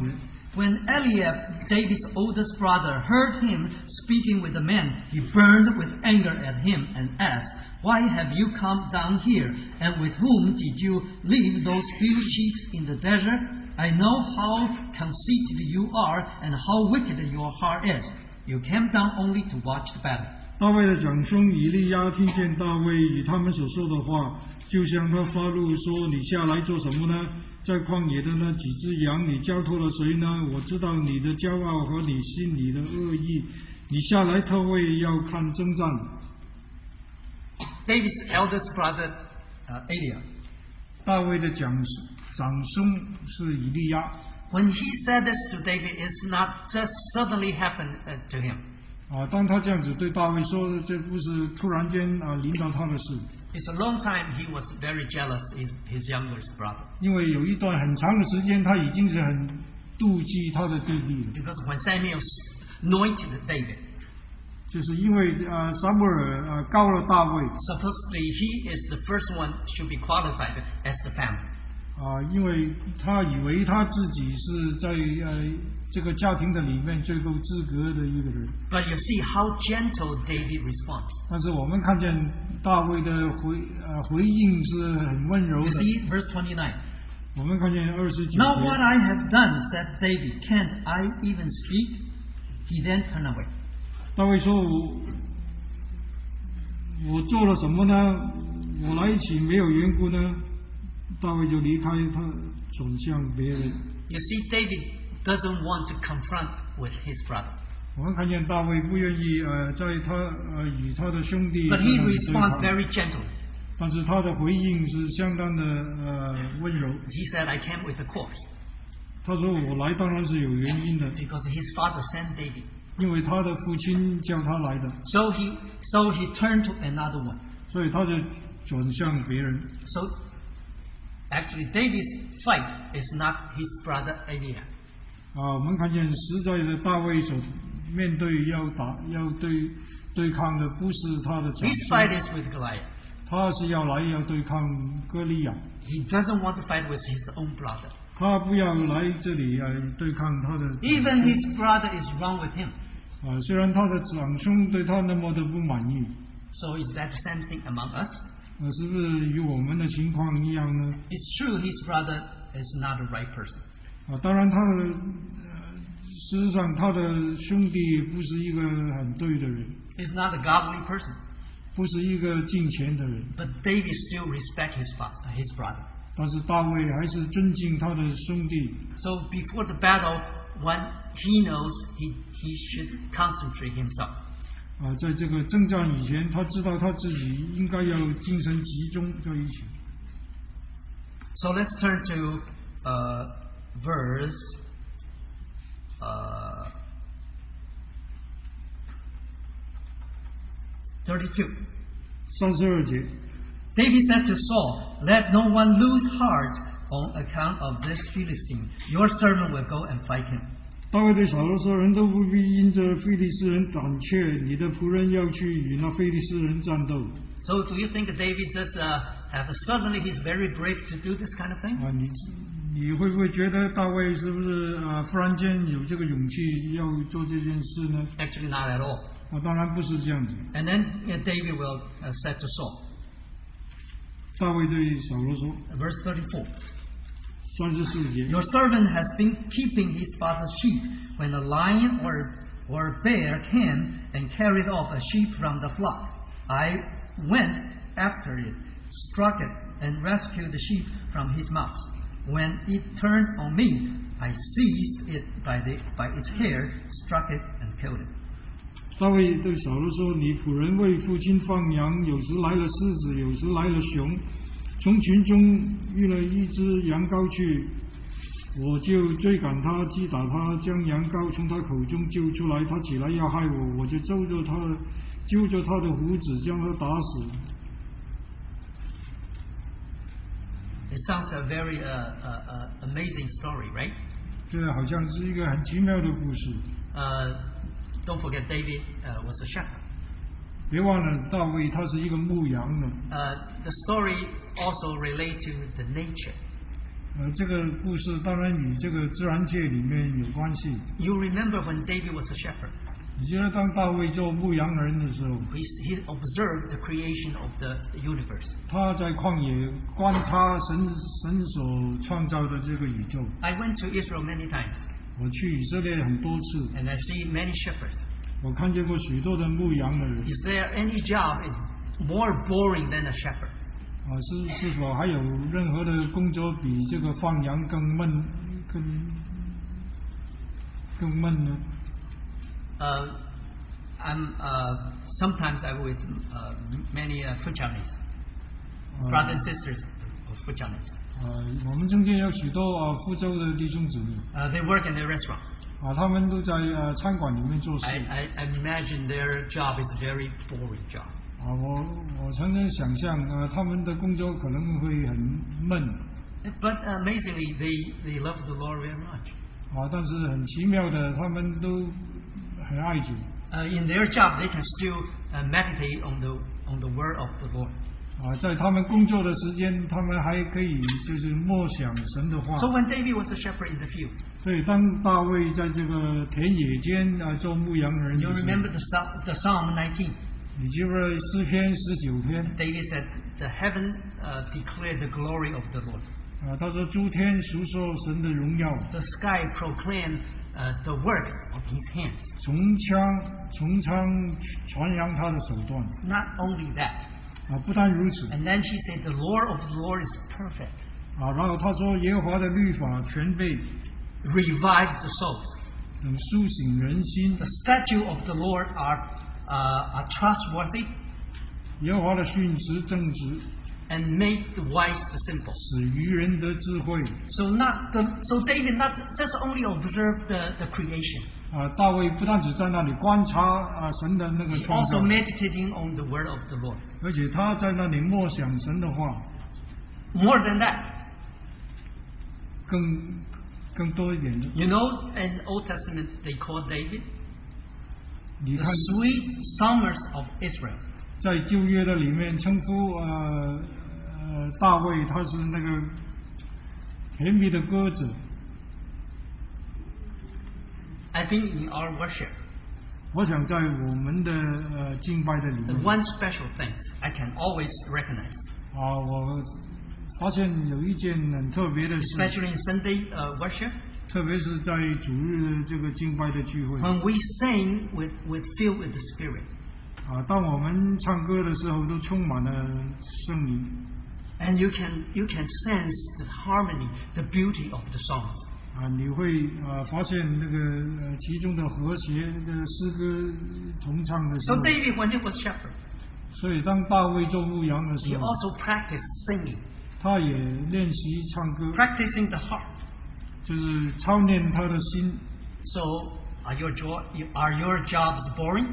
[SPEAKER 2] When Eliab, David's oldest brother, heard him speaking with the men, he burned with anger at him and asked, Why have you come down here? And with whom did you leave those few sheep in the desert? I know how conceited you are and how wicked your heart is. You came down only to watch the battle.
[SPEAKER 1] 大卫的长兄以利亚听见大卫与他们所说的话，就向他发怒说：“你下来做什么呢？在旷野的那几只羊，你交托了谁呢？我知道你的骄傲和你心里的恶意。你下来特为要看征战。
[SPEAKER 2] David's eldest brother, uh, Eliab, ”
[SPEAKER 1] 大卫的长长兄是以利亚
[SPEAKER 2] when he said this to David, it's not just suddenly happened uh, to him.
[SPEAKER 1] 啊，当他这样子对大卫说，这不是突然间啊临到他的事，
[SPEAKER 2] It's a long time he was very jealous his, his youngest brother.
[SPEAKER 1] 因为有一段很长的时间，他已经是很妒忌他的弟弟了。
[SPEAKER 2] Because when Samuel anointed David,
[SPEAKER 1] 就是因为呃，撒母耳呃告了大卫
[SPEAKER 2] supposedly he is the first one should be qualified as the family.
[SPEAKER 1] 啊、因为他以为他自己是在呃这个家庭的里面最够资格的一个人，
[SPEAKER 2] But you see how gentle David responds.
[SPEAKER 1] 但是我们看见大卫的回呃回应是很温柔
[SPEAKER 2] You
[SPEAKER 1] 的。
[SPEAKER 2] see, verse 29.
[SPEAKER 1] 我们看见二十九
[SPEAKER 2] Now what
[SPEAKER 1] 节
[SPEAKER 2] I have done, said David, can't I even speak? He then turned away.
[SPEAKER 1] 大卫说我我做了什么呢？我来起没有缘故呢？大卫就离开他，转向别人。
[SPEAKER 2] You see, David doesn't want to confront with his brother.
[SPEAKER 1] 我们看见大卫不愿意呃，在他呃与他的兄弟
[SPEAKER 2] But he
[SPEAKER 1] 他的对抗
[SPEAKER 2] responds very gently.
[SPEAKER 1] 但是他的回应是相当的呃温柔。
[SPEAKER 2] He said, I came with the corpse.
[SPEAKER 1] 他说：“我来当然是有原因的，
[SPEAKER 2] Because his father sent David.
[SPEAKER 1] 因为他的父亲叫他来的，
[SPEAKER 2] So he, so he turned to another one.
[SPEAKER 1] 所以他就转向别人。
[SPEAKER 2] So actually, David's fight is not his brother Eliab.
[SPEAKER 1] 啊，我们看见实在的大卫所面对要打要对对抗的不是他的长
[SPEAKER 2] His
[SPEAKER 1] 兄
[SPEAKER 2] fight，is with Goliath.
[SPEAKER 1] 他是要来要对抗歌利亚，
[SPEAKER 2] He doesn't want to fight with his own brother.
[SPEAKER 1] 他不要来这里来对抗他的。
[SPEAKER 2] Even his brother is wrong with him.
[SPEAKER 1] 啊，虽然他的长兄对他那么的不满意，
[SPEAKER 2] So is that the same thing among us?
[SPEAKER 1] 呃，是不是与我们的情况一样呢？
[SPEAKER 2] It's true his brother is not the right person.
[SPEAKER 1] 啊，当然他的、呃、事实上他的兄弟不是一个很对的人，
[SPEAKER 2] He's not a godly person.
[SPEAKER 1] 不是一个敬虔的人，
[SPEAKER 2] But David still respects his, fa- his brother.
[SPEAKER 1] 但是大卫还是尊敬他的兄弟。
[SPEAKER 2] So before the battle, when he knows he, he should concentrate himself.
[SPEAKER 1] 啊，在这个征战以前，他知道他自己应该要精神集中在一起。
[SPEAKER 2] So let's turn to uh, verse uh, 32.
[SPEAKER 1] 三十二节，
[SPEAKER 2] David said to Saul, Let no one lose heart on account of this Philistine. Your servant will go and fight him.
[SPEAKER 1] 大卫对扫罗说：“人都不必因着非利士人胆怯，你的仆人要去与那非利士人战斗。
[SPEAKER 2] So do you think that David just uh, have suddenly he's very brave to do this kind of ” thing?
[SPEAKER 1] 啊，你你会不会觉得大卫是不是啊？忽然间有这个勇气要做这件事呢？
[SPEAKER 2] Actually, not at all.
[SPEAKER 1] 啊，当然不是这样子。
[SPEAKER 2] And then uh, David will uh, said to Saul,
[SPEAKER 1] 大卫对扫罗说
[SPEAKER 2] verse 34.
[SPEAKER 1] 三十四节，
[SPEAKER 2] Your servant has been keeping his father's sheep. When a lion or, or a bear came and carried off a sheep from the flock, I went after it, struck it, and rescued the sheep from his mouth. When it turned on me, I seized it by, the, by its hair, struck it, and killed it.
[SPEAKER 1] 大卫对扫罗说：“你仆人为父亲放羊，有时来了狮子，有时来了熊，从群中遇了一只羊羔去，我就追赶他，击打他，将羊羔从他口中救出来。他起来要害我，我就揪着他的，揪着他的胡子，将他打死。
[SPEAKER 2] It sounds a very uh, uh, uh, amazing story, right? ”
[SPEAKER 1] 这好像是一个很奇妙的故事。
[SPEAKER 2] Uh, don't forget, David uh, was a shepherd.
[SPEAKER 1] 别忘了，大卫他是一个牧羊的。
[SPEAKER 2] Uh, the story also relates to the nature.
[SPEAKER 1] 呃，这个故事当然与这个自然界里面有关系。
[SPEAKER 2] You remember when David was a shepherd.
[SPEAKER 1] 你觉得当大卫做牧羊人的时候，
[SPEAKER 2] He, he observed the creation of the universe.
[SPEAKER 1] 他在旷野观察神神所创造的这个宇宙。
[SPEAKER 2] I went to Israel many times
[SPEAKER 1] 我去以色列很多次，
[SPEAKER 2] and I see many shepherds.
[SPEAKER 1] 我看见过许多的牧羊的人。
[SPEAKER 2] Is there any job in- more boring than a shepherd?
[SPEAKER 1] 啊，是是否还有任何的工作比这个放羊更闷、更更闷呢？
[SPEAKER 2] Uh, I'm, uh, sometimes I'm with uh, many uh, Fuchanis,
[SPEAKER 1] 啊
[SPEAKER 2] brothers and sisters of Fuchanis.
[SPEAKER 1] 呃，我们中间有许多啊福州的弟兄姊妹
[SPEAKER 2] Uh, they work in the restaurant.
[SPEAKER 1] 啊，他们都在呃餐馆里面做事
[SPEAKER 2] I, I I imagine their job is a very boring job.
[SPEAKER 1] 啊，我我曾经想象呃他们的工作可能会很闷
[SPEAKER 2] But amazingly, they, they love the Lord very much.
[SPEAKER 1] 啊，但是很奇妙的，他们都很爱主
[SPEAKER 2] Uh, in their job, they can still uh, meditate on the on the word of the Lord.
[SPEAKER 1] 啊，在他们工作的时间，他们还可以就是默想神的话。
[SPEAKER 2] So when David was a shepherd in the field,
[SPEAKER 1] 所以，当大卫在这个田野间啊做牧羊人
[SPEAKER 2] you
[SPEAKER 1] 的时
[SPEAKER 2] remember
[SPEAKER 1] 候，
[SPEAKER 2] the Psalm, the Psalm 19.
[SPEAKER 1] 你记不记得诗篇十九篇
[SPEAKER 2] David said, "The heavens uh, declare the glory of the Lord.
[SPEAKER 1] 啊？他说：“诸天述说神的荣耀，
[SPEAKER 2] The sky proclaim uh, the work of His hands."
[SPEAKER 1] 从枪从仓传扬他的手段
[SPEAKER 2] Not only that,
[SPEAKER 1] 啊！”不但如此
[SPEAKER 2] and then she said, "The Lord of the Lord is perfect,
[SPEAKER 1] 啊，然后他说：“耶和华的律法全备，
[SPEAKER 2] revives the soul.
[SPEAKER 1] 能苏醒人心
[SPEAKER 2] The；statue of the Lord are uh, are trustworthy,
[SPEAKER 1] 耶和华的训词正直，
[SPEAKER 2] and make the wise the simple."
[SPEAKER 1] 使愚人得智慧。
[SPEAKER 2] So not the, so David not just only observed the, the creation, ”
[SPEAKER 1] 啊，大卫不但只在那里观察啊神的那个
[SPEAKER 2] he
[SPEAKER 1] 创
[SPEAKER 2] also
[SPEAKER 1] 造，
[SPEAKER 2] meditating on the word of the Lord.
[SPEAKER 1] 而且他在那里默想神的话。
[SPEAKER 2] More than that,
[SPEAKER 1] 更更多一点的。
[SPEAKER 2] you know, in Old Testament they call David
[SPEAKER 1] 你
[SPEAKER 2] the
[SPEAKER 1] 看，
[SPEAKER 2] sweet summers of Israel.
[SPEAKER 1] 在旧约的里面称呼呃呃大卫，他是那个甜蜜的鸽子
[SPEAKER 2] I think in our worship,
[SPEAKER 1] 我想在我们的呃敬拜的里
[SPEAKER 2] the
[SPEAKER 1] 面
[SPEAKER 2] one special thing I can always recognize,
[SPEAKER 1] 啊，我发现有一件很特别的事，
[SPEAKER 2] especially in Sunday uh, worship,
[SPEAKER 1] 特别是在主日的这个敬拜的聚会
[SPEAKER 2] when we sing with, with filled with the Spirit,
[SPEAKER 1] 啊，当我们唱歌的时候都充满了圣灵
[SPEAKER 2] and you can you can sense the harmony, the beauty of the songs.
[SPEAKER 1] 啊，你会啊发现那个呃其中的和谐的诗歌同唱的时
[SPEAKER 2] So
[SPEAKER 1] 候。
[SPEAKER 2] David, when he was shepherd.
[SPEAKER 1] 所以当大卫做牧羊的
[SPEAKER 2] He
[SPEAKER 1] 时候，
[SPEAKER 2] also practiced singing,
[SPEAKER 1] 他也练习唱歌，
[SPEAKER 2] practicing the harp.
[SPEAKER 1] 就是操练他的心。
[SPEAKER 2] So are your, jo- are your jobs boring?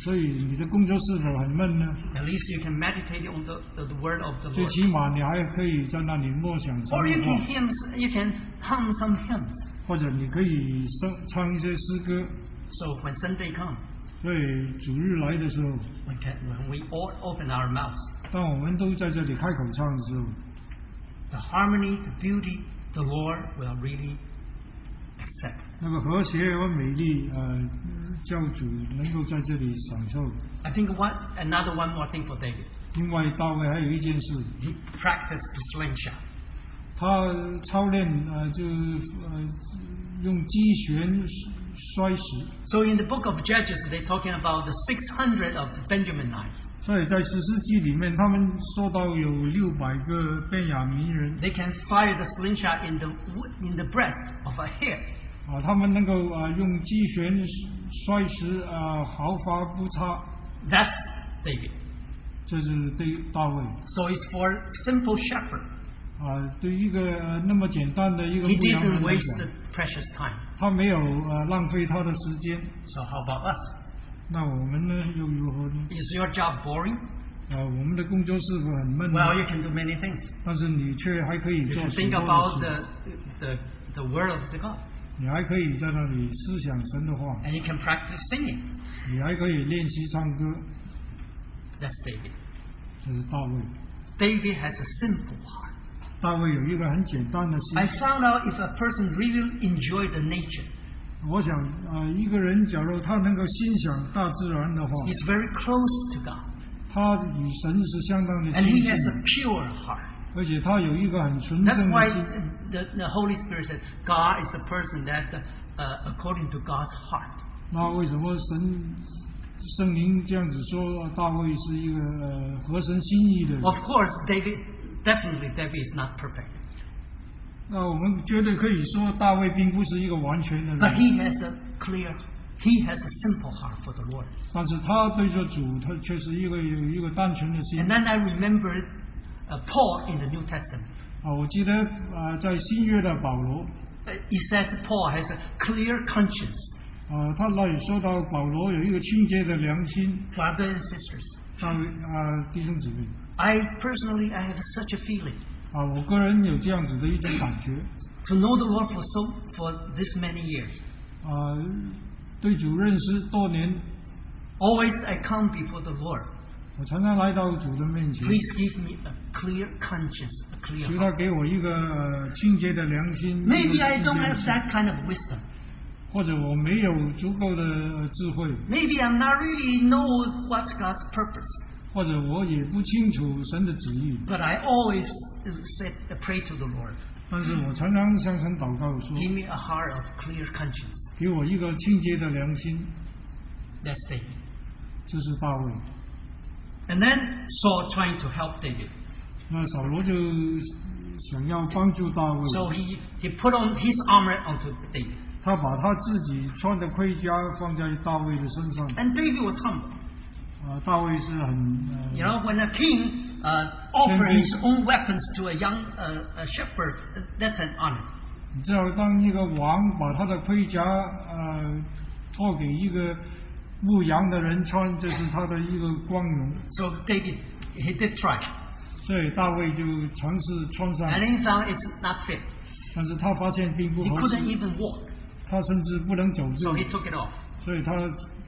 [SPEAKER 1] 所以你的工作是否很闷呢？
[SPEAKER 2] At least you can meditate on the, the, the word of the
[SPEAKER 1] 最
[SPEAKER 2] Lord.
[SPEAKER 1] 起码你还可以在那里默想神
[SPEAKER 2] Or you
[SPEAKER 1] 的
[SPEAKER 2] can
[SPEAKER 1] 话，
[SPEAKER 2] hymns, you can hum some hymns.
[SPEAKER 1] 或者你可以呃唱唱一些诗歌。
[SPEAKER 2] So when Sunday comes,
[SPEAKER 1] 所以主日来的时候，
[SPEAKER 2] we can, when we all open our mouths,
[SPEAKER 1] 当我们都在这里开口唱的时候，
[SPEAKER 2] the harmony, the beauty, the Lord will really accept.
[SPEAKER 1] 那个和谐和美丽，呃，教主能够在这里享受。
[SPEAKER 2] I think one, another one more thing for David.
[SPEAKER 1] 另外，大卫还有一件事，
[SPEAKER 2] He practiced the slingshot.
[SPEAKER 1] 他操练呃，就呃用击旋摔石，
[SPEAKER 2] So in the book of Judges, they're talking about the 600 of Benjamin knives.
[SPEAKER 1] 所以在史诗记里面，他们说到有六百个贝雅明人
[SPEAKER 2] They can fire the slingshot in the w- in the breath of a hair.
[SPEAKER 1] 啊，他们能够啊用击旋摔石啊毫发不差，
[SPEAKER 2] That's David.
[SPEAKER 1] 这是对大卫
[SPEAKER 2] So it's for simple shepherd.
[SPEAKER 1] 啊，对一个呃那么简单的一个
[SPEAKER 2] He
[SPEAKER 1] 牧羊人
[SPEAKER 2] didn't
[SPEAKER 1] 来
[SPEAKER 2] waste the
[SPEAKER 1] 讲，
[SPEAKER 2] precious time.
[SPEAKER 1] 他没有呃浪费他的时间。
[SPEAKER 2] So how about us?
[SPEAKER 1] 那我们呢又如何呢？
[SPEAKER 2] Is your job boring?
[SPEAKER 1] 啊，我们的工作是否很闷呢？
[SPEAKER 2] Well, you can do many things.
[SPEAKER 1] 但是你却还可以
[SPEAKER 2] You
[SPEAKER 1] 做
[SPEAKER 2] can
[SPEAKER 1] 许
[SPEAKER 2] think
[SPEAKER 1] 多的
[SPEAKER 2] about
[SPEAKER 1] 事
[SPEAKER 2] the the, the word of the God,
[SPEAKER 1] 你还可以在那里思想神的话，
[SPEAKER 2] and you can practice singing.
[SPEAKER 1] 你还可以练习唱歌，
[SPEAKER 2] That's David.
[SPEAKER 1] 这是大卫。
[SPEAKER 2] David has a simple heart.
[SPEAKER 1] 大卫有一个很简单的心
[SPEAKER 2] Mm-hmm. I found out if a person really enjoyed the nature,
[SPEAKER 1] 啊，我想啊、呃一个人假如他能够欣赏大自然的话，
[SPEAKER 2] is very close to God,
[SPEAKER 1] 他与神是相当的
[SPEAKER 2] and
[SPEAKER 1] 亲
[SPEAKER 2] he
[SPEAKER 1] 近
[SPEAKER 2] has
[SPEAKER 1] 的
[SPEAKER 2] a，pure heart.
[SPEAKER 1] 而且他有一个很纯
[SPEAKER 2] That's
[SPEAKER 1] 正
[SPEAKER 2] why
[SPEAKER 1] 的心。
[SPEAKER 2] the, the Holy Spirit said God is a person that, uh, according to God's heart.
[SPEAKER 1] 那为什么神圣灵这样子说大卫是一个呃合神心意的人？
[SPEAKER 2] Of course, David definitely David is not perfect,
[SPEAKER 1] 那我们绝对可以说大卫并不是一个完全的
[SPEAKER 2] but
[SPEAKER 1] 人，
[SPEAKER 2] he has a clear, he has a simple heart for the Lord.
[SPEAKER 1] 但是他对着主，他却是一个有一个单纯的心
[SPEAKER 2] And。then I remembered uh, Paul in the New Testament.
[SPEAKER 1] 啊，我记得啊、呃在新约的保罗，
[SPEAKER 2] Uh, He says Paul has a clear conscience,
[SPEAKER 1] 啊、他那里说到保罗有一个清洁的良心，
[SPEAKER 2] brothers and sisters.
[SPEAKER 1] 大卫啊、弟兄姊妹
[SPEAKER 2] I personally, I have such a feeling
[SPEAKER 1] 啊、我个人有这样子的一种感觉，
[SPEAKER 2] to know the Lord for so for this many years.
[SPEAKER 1] 啊、对主认识多年，
[SPEAKER 2] Always I come before the Lord.
[SPEAKER 1] 我常常来到主的面前，
[SPEAKER 2] Please give me a clear conscience, a clear
[SPEAKER 1] 求他
[SPEAKER 2] heart.
[SPEAKER 1] 给我一个、呃清洁的良心。一
[SPEAKER 2] Maybe
[SPEAKER 1] 个
[SPEAKER 2] I don't
[SPEAKER 1] 清洁的
[SPEAKER 2] have
[SPEAKER 1] 心
[SPEAKER 2] that kind of wisdom.
[SPEAKER 1] 或者我没有足够的呃智慧，
[SPEAKER 2] Maybe I'm not really know what's God's purpose.
[SPEAKER 1] 或者我也不清楚神的旨意，
[SPEAKER 2] But I always uh, say, pray to the Lord.
[SPEAKER 1] 但是我常常向神祷告说，
[SPEAKER 2] Give me a heart of clear conscience.
[SPEAKER 1] 给我一个清洁的良心，
[SPEAKER 2] That's David.
[SPEAKER 1] 这是大卫。
[SPEAKER 2] And then Saul trying to help David.
[SPEAKER 1] 那扫罗就想要帮助大卫，
[SPEAKER 2] So he, he put on his armor onto David.
[SPEAKER 1] 他把他自己穿的盔甲放在大卫的身上。
[SPEAKER 2] And David was humble.
[SPEAKER 1] 啊、大卫是很
[SPEAKER 2] You
[SPEAKER 1] 呃
[SPEAKER 2] know, when a king uh, offers his own weapons to a young uh, a shepherd, uh, that's an honor.
[SPEAKER 1] 你知道，当一个王把他的盔甲呃托给一个牧羊的人穿，这是他的一个光荣。
[SPEAKER 2] So David, he did try.
[SPEAKER 1] 所以大卫就尝试穿上，
[SPEAKER 2] And he found it's not fit.
[SPEAKER 1] 但是他发现并不
[SPEAKER 2] He
[SPEAKER 1] 合适
[SPEAKER 2] couldn't，even walk.
[SPEAKER 1] 他甚至不能走
[SPEAKER 2] So
[SPEAKER 1] 路
[SPEAKER 2] he，took it off.
[SPEAKER 1] 所以他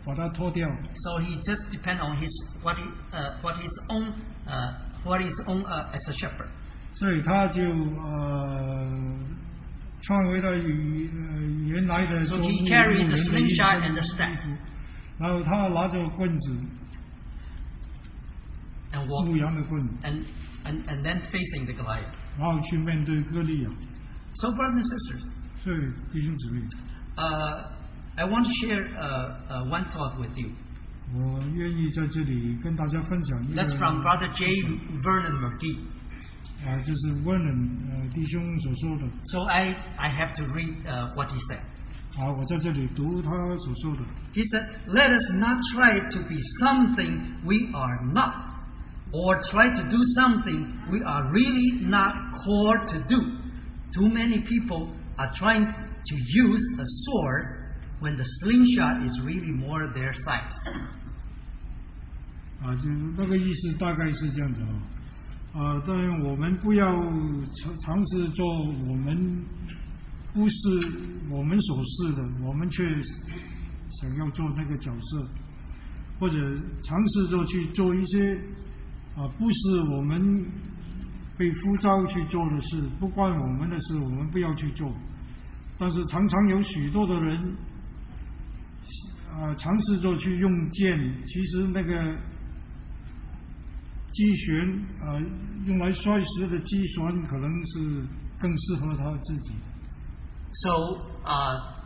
[SPEAKER 1] 把它脱掉。
[SPEAKER 2] So he just depend on his what he uh, what his own uh, what his own uh, as a shepherd.
[SPEAKER 1] 所以他就呃，穿回了与、呃、原来的
[SPEAKER 2] So
[SPEAKER 1] 做牧
[SPEAKER 2] he
[SPEAKER 1] 牧
[SPEAKER 2] carried
[SPEAKER 1] 人
[SPEAKER 2] the
[SPEAKER 1] 的衣
[SPEAKER 2] slingshot and the
[SPEAKER 1] 服，
[SPEAKER 2] staff.
[SPEAKER 1] 然后他拿着棍子，
[SPEAKER 2] and
[SPEAKER 1] 牧
[SPEAKER 2] walk
[SPEAKER 1] 羊的棍，
[SPEAKER 2] and, and, and then facing the Goliath.
[SPEAKER 1] 然后去面对歌利亚。
[SPEAKER 2] So, brothers and sisters,
[SPEAKER 1] 所以弟兄姊妹，
[SPEAKER 2] uh, I want to share uh, uh, one thought with you.
[SPEAKER 1] 我愿意在这里跟大家分享一个
[SPEAKER 2] That's from
[SPEAKER 1] 啊、
[SPEAKER 2] Brother J. Vernon McGee.
[SPEAKER 1] 就是 Vernon 呃弟兄所说的
[SPEAKER 2] So I, I have to read uh, what he said.
[SPEAKER 1] 啊，我在这里读他所说的。
[SPEAKER 2] He said, Let us not try to be something we are not, or try to do something we are really not called to do. Too many people are trying to use a sword when the slingshot is really more their size.
[SPEAKER 1] 啊，就是那个意思大概是这样子啊、啊，当然我们不要尝尝试做我们不是我们所是的，我们却想要做那个角色，或者尝试着去做一些啊不是我们被呼召去做的事，不关我们的事，我们不要去做。但是常常有许多的人啊，尝试着去用剑，其实那个击旋啊、呃用来摔石的击旋可能是更适合他自己。
[SPEAKER 2] So uh,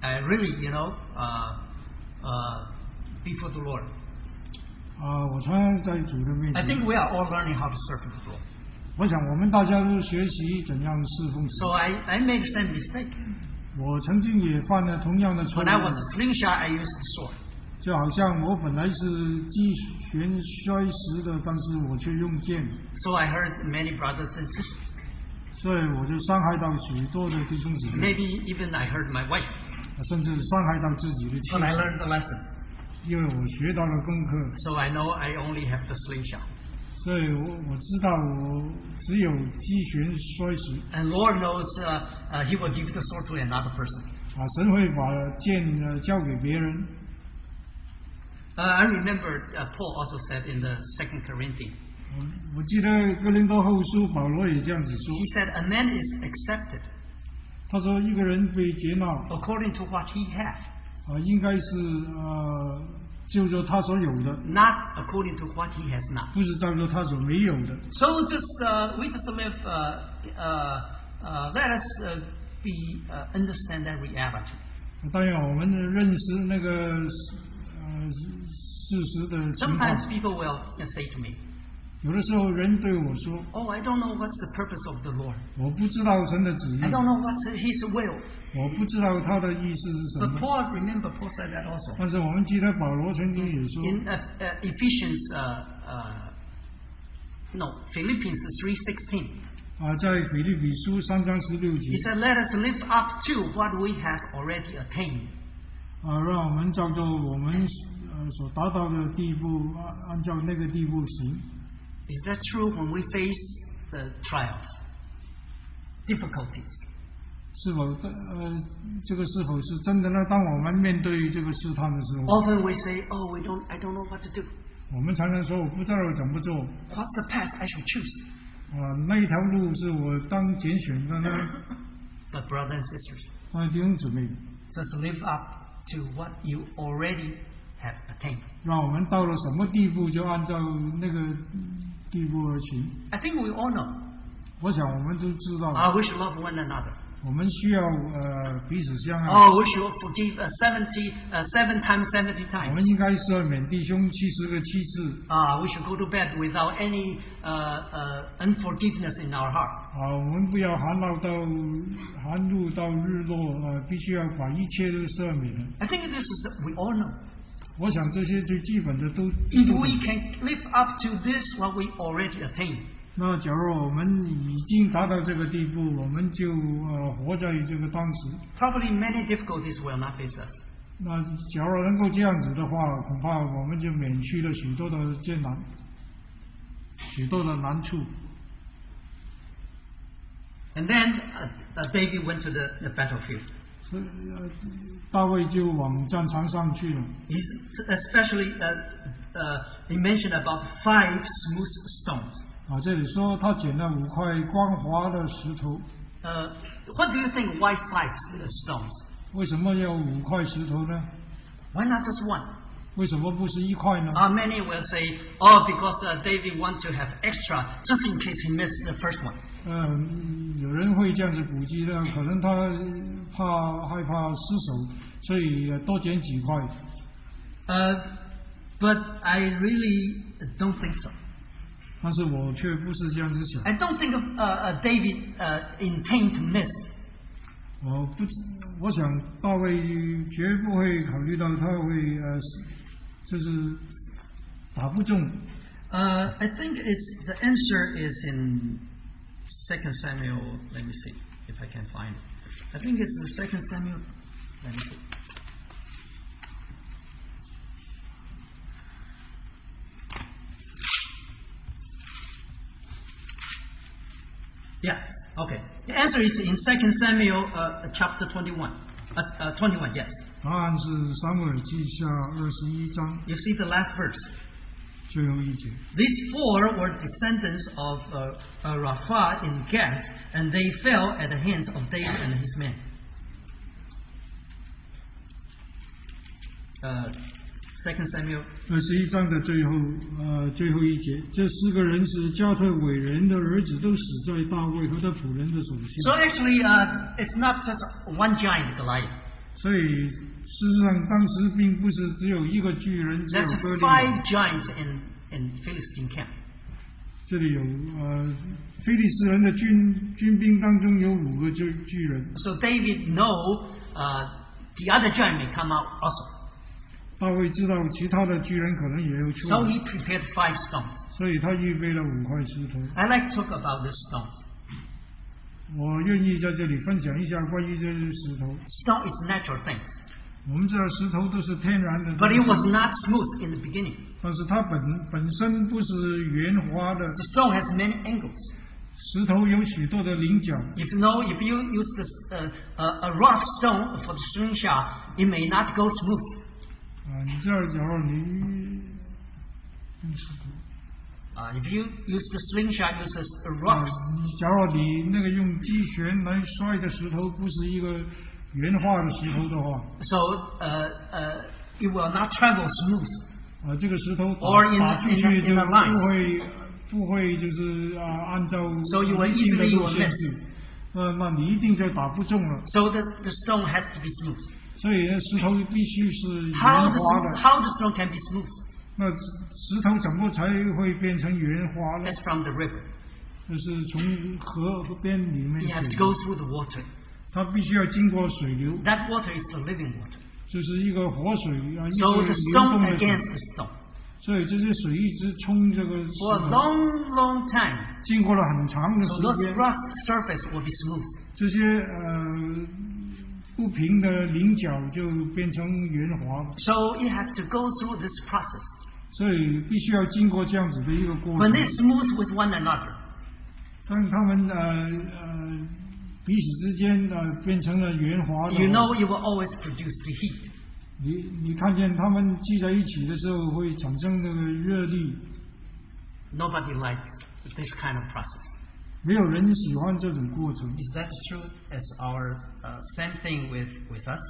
[SPEAKER 2] I really, you know, uh, uh, before the Lord,
[SPEAKER 1] 啊、我常常在主的面
[SPEAKER 2] I
[SPEAKER 1] 前，
[SPEAKER 2] think we are all learning how to serve the Lord.
[SPEAKER 1] 我想我们大家都学习怎样侍奉
[SPEAKER 2] So
[SPEAKER 1] 主。
[SPEAKER 2] I, I made the same mistake.
[SPEAKER 1] 我曾经也犯了同样的错
[SPEAKER 2] When I was a
[SPEAKER 1] 误，
[SPEAKER 2] slingshot, I used the sword.
[SPEAKER 1] 就好像我本来是击旋摔石的，但是我却用剑，
[SPEAKER 2] So I heard many brothers and sisters.
[SPEAKER 1] 所以我就伤害到许多的弟兄姊妹，啊
[SPEAKER 2] Maybe even I heard my wife.
[SPEAKER 1] 甚至伤害到自己的妻
[SPEAKER 2] But I
[SPEAKER 1] 子。
[SPEAKER 2] learned the lesson.
[SPEAKER 1] 因为我学到了功课，
[SPEAKER 2] So I know I only have the slingshot.
[SPEAKER 1] 所以我我知道我只有击拳摔石
[SPEAKER 2] And Lord knows uh, uh, He will give the sword to another person.
[SPEAKER 1] 啊，神会把剑呃交给别人
[SPEAKER 2] Uh, I remember uh, Paul also said in the Second Corinthians,
[SPEAKER 1] 嗯我。我记得哥林多后书保罗也这样子
[SPEAKER 2] he
[SPEAKER 1] 说
[SPEAKER 2] said, "A man is accepted
[SPEAKER 1] 他说一个人被接纳
[SPEAKER 2] according to what he had,
[SPEAKER 1] 啊，应该是呃，就说他所有的，
[SPEAKER 2] not according to what he has not.
[SPEAKER 1] 不是照着他所没有的。
[SPEAKER 2] So just uh, we just live, uh, uh, uh, let us uh, be uh, understand that reality.
[SPEAKER 1] 当然，我们认识那个呃事实的情
[SPEAKER 2] Sometimes
[SPEAKER 1] 况。
[SPEAKER 2] people will uh, say to me,
[SPEAKER 1] 有的时候人对我说
[SPEAKER 2] "Oh, I don't know what's the purpose of the Lord.
[SPEAKER 1] 我不知道神的旨意
[SPEAKER 2] I，don't know what's His will."
[SPEAKER 1] 我不知道他的意思是什
[SPEAKER 2] But
[SPEAKER 1] 么。
[SPEAKER 2] Paul, remember, Paul said that also
[SPEAKER 1] 但是我们记得保罗曾经也说，
[SPEAKER 2] in uh, uh, Ephesians, uh, uh, no Philippians three sixteen.
[SPEAKER 1] 啊，在腓立比书三章十六节
[SPEAKER 2] He said, "Let us live up to what we have already attained."
[SPEAKER 1] 啊，让我们照着我们呃所达到的地步，按按照那个地步行。
[SPEAKER 2] Is that true when we face the trials, difficulties?
[SPEAKER 1] 是否呃，这个是否是真的呢？当我们面对这个试探的时候，
[SPEAKER 2] Often we say, "Oh, we don't, I don't know what to do.
[SPEAKER 1] 我们常常说我不知道怎么做
[SPEAKER 2] What's the path I should choose?"
[SPEAKER 1] 啊，那一条路是我当拣选的呢？
[SPEAKER 2] But brothers and sisters,
[SPEAKER 1] 啊，弟兄姊妹，
[SPEAKER 2] just live up to what you already have attained.
[SPEAKER 1] 让我们到了什么地步就按照那个地步而行。
[SPEAKER 2] I think we all know.
[SPEAKER 1] 我想我们都知道，
[SPEAKER 2] Oh, we should love one another.
[SPEAKER 1] 我们需要呃彼此相爱，
[SPEAKER 2] Oh, we should forgive uh, 70, uh, seven times, 70
[SPEAKER 1] 我
[SPEAKER 2] times.
[SPEAKER 1] 们应该赦免弟兄七十个七次
[SPEAKER 2] Ah, we should go to bed without any uh, uh, unforgiveness in our heart.
[SPEAKER 1] 啊，我们不要含涝到含露到日落啊，必须要把一切都赦免了。
[SPEAKER 2] I think this is we all know.
[SPEAKER 1] 我想这些最基本的都
[SPEAKER 2] If
[SPEAKER 1] Hmm.
[SPEAKER 2] we can live up to this, what we already attained,
[SPEAKER 1] 那假如我们已经达到这个地步，我们就呃活在这个当时。
[SPEAKER 2] probably many difficulties will not face us.
[SPEAKER 1] 那假如能够这样子的话，恐怕我们就免去了许多的艰难，许多的难处。
[SPEAKER 2] And then uh, uh, David went to the, the battlefield.
[SPEAKER 1] 所以呃大卫就往战场上去了。
[SPEAKER 2] He's especially uh, uh, he mentioned about five smooth stones.
[SPEAKER 1] 啊，这里说他捡了五块光滑的石头，
[SPEAKER 2] Uh, what do you think? Why five smooth stones?
[SPEAKER 1] 为什么要五块石头呢？
[SPEAKER 2] Why not just one?
[SPEAKER 1] 为什么不是一块呢？
[SPEAKER 2] Uh, many will say, oh, because uh, David wants to have extra just in case he missed the first one.
[SPEAKER 1] 嗯，有人会这样子估计呢，可能他怕害怕失手，所以多捡几块。
[SPEAKER 2] Uh, but I really don't think so.
[SPEAKER 1] 但是我却不是这样子想，
[SPEAKER 2] I don't think of uh, uh, David uh, intend to miss.
[SPEAKER 1] 我不知，我想大卫绝不会考虑到他会呃，就是打不中。
[SPEAKER 2] Uh, I think it's the answer is in Second Samuel. Let me see if I can find it. I think it's the Second Samuel. Let me see. Yes. Okay. The answer is in Second Samuel, uh, chapter twenty-one. Uh, uh, twenty-one. Yes.
[SPEAKER 1] 答案是撒母耳记下二十一章
[SPEAKER 2] You see the last verse.
[SPEAKER 1] 最后一节。
[SPEAKER 2] These four were descendants of uh, uh, Rapha in Gath, and they fell at the hands of David and his men. Uh, 2 Samuel.
[SPEAKER 1] 二十一章的最后，呃，最后一节，这四个人是加特伟人的儿子，都死在大卫和他仆人的手下
[SPEAKER 2] So。actually, uh, it's not just one giant Goliath.
[SPEAKER 1] 所以事实上，当时并不是只有一个巨人，只有
[SPEAKER 2] That's
[SPEAKER 1] 哥利亚。
[SPEAKER 2] five giants in, in Philistine camp.
[SPEAKER 1] 这里有呃，菲利斯人的军军兵当中有五个巨巨人，
[SPEAKER 2] So David know uh, the other giant may come out also.
[SPEAKER 1] 大卫知道其他的巨人可能也有出
[SPEAKER 2] So
[SPEAKER 1] 来，
[SPEAKER 2] he prepared five stones.
[SPEAKER 1] 所以他预备了五块石头。
[SPEAKER 2] I like to talk about these stones.
[SPEAKER 1] 我愿意在这里分享一下关于这些石头。
[SPEAKER 2] Stone is natural things.
[SPEAKER 1] 我们知道石头都是天然的
[SPEAKER 2] But
[SPEAKER 1] 东
[SPEAKER 2] it
[SPEAKER 1] 西，
[SPEAKER 2] was not smooth in the beginning.
[SPEAKER 1] 但是它本本身不是圆滑的，
[SPEAKER 2] The stone has many angles.
[SPEAKER 1] 石头有许多的棱角。啊
[SPEAKER 2] If you know, if you use this, uh, uh, a rough stone for the string shot, it may not go smooth.
[SPEAKER 1] 啊，你这儿假如你用石头，
[SPEAKER 2] Uh, if you use the slingshot, uses
[SPEAKER 1] 啊
[SPEAKER 2] rocks.
[SPEAKER 1] 你假如你那个用机旋来摔的石头不是一个原画的石头的话，
[SPEAKER 2] So uh, uh, it will not travel smooth.
[SPEAKER 1] 啊，这个石头
[SPEAKER 2] Or
[SPEAKER 1] 打
[SPEAKER 2] in-
[SPEAKER 1] 打出去
[SPEAKER 2] in-
[SPEAKER 1] 就
[SPEAKER 2] in a
[SPEAKER 1] 不会不会就是啊按照
[SPEAKER 2] So you will
[SPEAKER 1] 一定的
[SPEAKER 2] easily
[SPEAKER 1] 路线
[SPEAKER 2] miss
[SPEAKER 1] 去，那那你一定就打不中了。
[SPEAKER 2] So the, the stone has to be smooth.
[SPEAKER 1] 所以呢石头必须是圆滑
[SPEAKER 2] How the, sm-
[SPEAKER 1] 的，
[SPEAKER 2] how the stone can be smooth?
[SPEAKER 1] 那石头怎么才会变成圆滑呢？
[SPEAKER 2] That's from the river.
[SPEAKER 1] 就是从河河边里
[SPEAKER 2] You
[SPEAKER 1] 面
[SPEAKER 2] have to
[SPEAKER 1] 走
[SPEAKER 2] go，through the water.
[SPEAKER 1] 它必须要经过水流，
[SPEAKER 2] That water is the living water.
[SPEAKER 1] 就是一个活水啊，一
[SPEAKER 2] So
[SPEAKER 1] 个
[SPEAKER 2] the
[SPEAKER 1] 流动
[SPEAKER 2] stone
[SPEAKER 1] 的水
[SPEAKER 2] against。the stone.
[SPEAKER 1] 所以这些水一直冲这个
[SPEAKER 2] For
[SPEAKER 1] 石
[SPEAKER 2] a
[SPEAKER 1] 头，
[SPEAKER 2] long, long time,
[SPEAKER 1] 经过了很长的
[SPEAKER 2] so those
[SPEAKER 1] 时间，
[SPEAKER 2] rough surface will be smooth.
[SPEAKER 1] 这些呃不平的棱角就变成圆滑，
[SPEAKER 2] So you have to go through this process.
[SPEAKER 1] 所以必须要经过这样子的一个过程
[SPEAKER 2] When they。smooth with one another,
[SPEAKER 1] 当他们呃呃彼此之间呃变成了圆滑的
[SPEAKER 2] you
[SPEAKER 1] 话，
[SPEAKER 2] know it will always produce the heat.
[SPEAKER 1] 你你看见他们聚在一起的时候会产生那个热力，
[SPEAKER 2] Nobody likes this kind of process.
[SPEAKER 1] 没有人喜欢这种过程，
[SPEAKER 2] Is that true as our uh, same thing with, with us?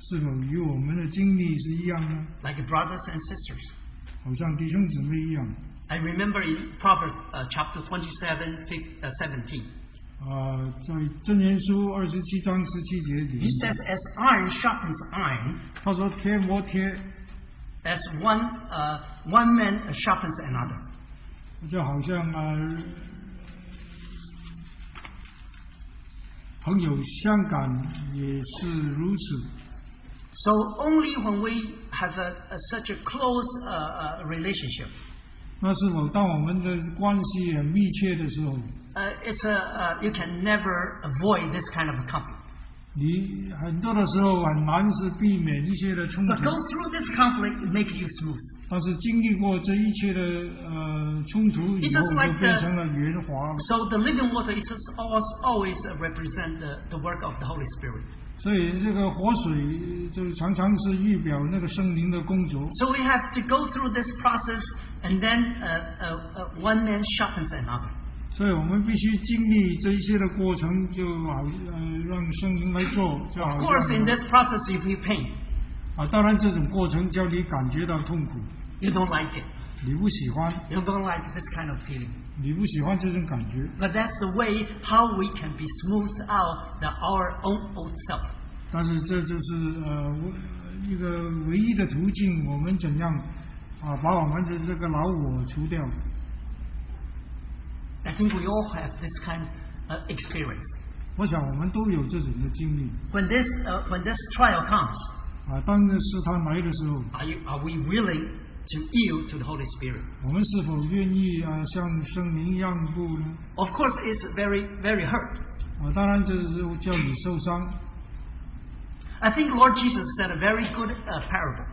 [SPEAKER 1] 是否与我们的经历是一样呢？
[SPEAKER 2] Like brothers and sisters.
[SPEAKER 1] 好像弟兄姊妹一样。
[SPEAKER 2] I remember in Proverbs uh, chapter 27, fif- uh, 17.
[SPEAKER 1] 啊，在真言书二十七章十七节里
[SPEAKER 2] He，says, As iron sharpens iron,
[SPEAKER 1] 他说贴磨贴，
[SPEAKER 2] as one, uh, one man sharpens another.
[SPEAKER 1] 就好像啊，朋友相感也是如此。
[SPEAKER 2] So only when we have a, a, such a close uh, uh, relationship,
[SPEAKER 1] 那是否当我们的关系很密切的时候，
[SPEAKER 2] uh, it's a, uh, you can never avoid this kind of a conflict.
[SPEAKER 1] 你很多的时候很难是避免一些的冲
[SPEAKER 2] But
[SPEAKER 1] 突
[SPEAKER 2] go，through this conflict, it makes you smooth.
[SPEAKER 1] 但是经历过这一切的呃冲突以
[SPEAKER 2] It's
[SPEAKER 1] 后，
[SPEAKER 2] just like
[SPEAKER 1] 就
[SPEAKER 2] the-
[SPEAKER 1] 变成了圆滑了。
[SPEAKER 2] So the living water it is always, always uh, represent the, the work of the Holy Spirit.
[SPEAKER 1] 所以这个活水就是常常是预表那个圣灵的工作。
[SPEAKER 2] So we have to go through this process, and then uh, uh, uh, one man sharpens another.
[SPEAKER 1] 所以我们必须经历这一些的过程，就好呃让圣灵来做，就
[SPEAKER 2] Of
[SPEAKER 1] 好
[SPEAKER 2] course,
[SPEAKER 1] 像
[SPEAKER 2] in this process, you feel pain.
[SPEAKER 1] 啊，当然这种过程叫你感觉到痛苦，
[SPEAKER 2] You don't like it.
[SPEAKER 1] 你不喜欢，
[SPEAKER 2] You don't like this kind of feeling.
[SPEAKER 1] 你不喜欢这种感觉，
[SPEAKER 2] But that's the way how we can be smoothed out the, our own old self.
[SPEAKER 1] 但是这就是呃唯一个唯一的途径，我们怎样啊把我们的这个老我除掉？
[SPEAKER 2] I think we all have this kind of uh, experience.
[SPEAKER 1] 我想我们都有这种的经历
[SPEAKER 2] When this uh, when this trial comes,
[SPEAKER 1] 啊，当试探来的时候，
[SPEAKER 2] are you are we willing to yield to the Holy Spirit?
[SPEAKER 1] 我们是否愿意啊向圣灵让步呢？
[SPEAKER 2] Of course, it's very very hurt.
[SPEAKER 1] 啊，当然这是叫你受伤。
[SPEAKER 2] I think Lord Jesus said a very good uh, parable.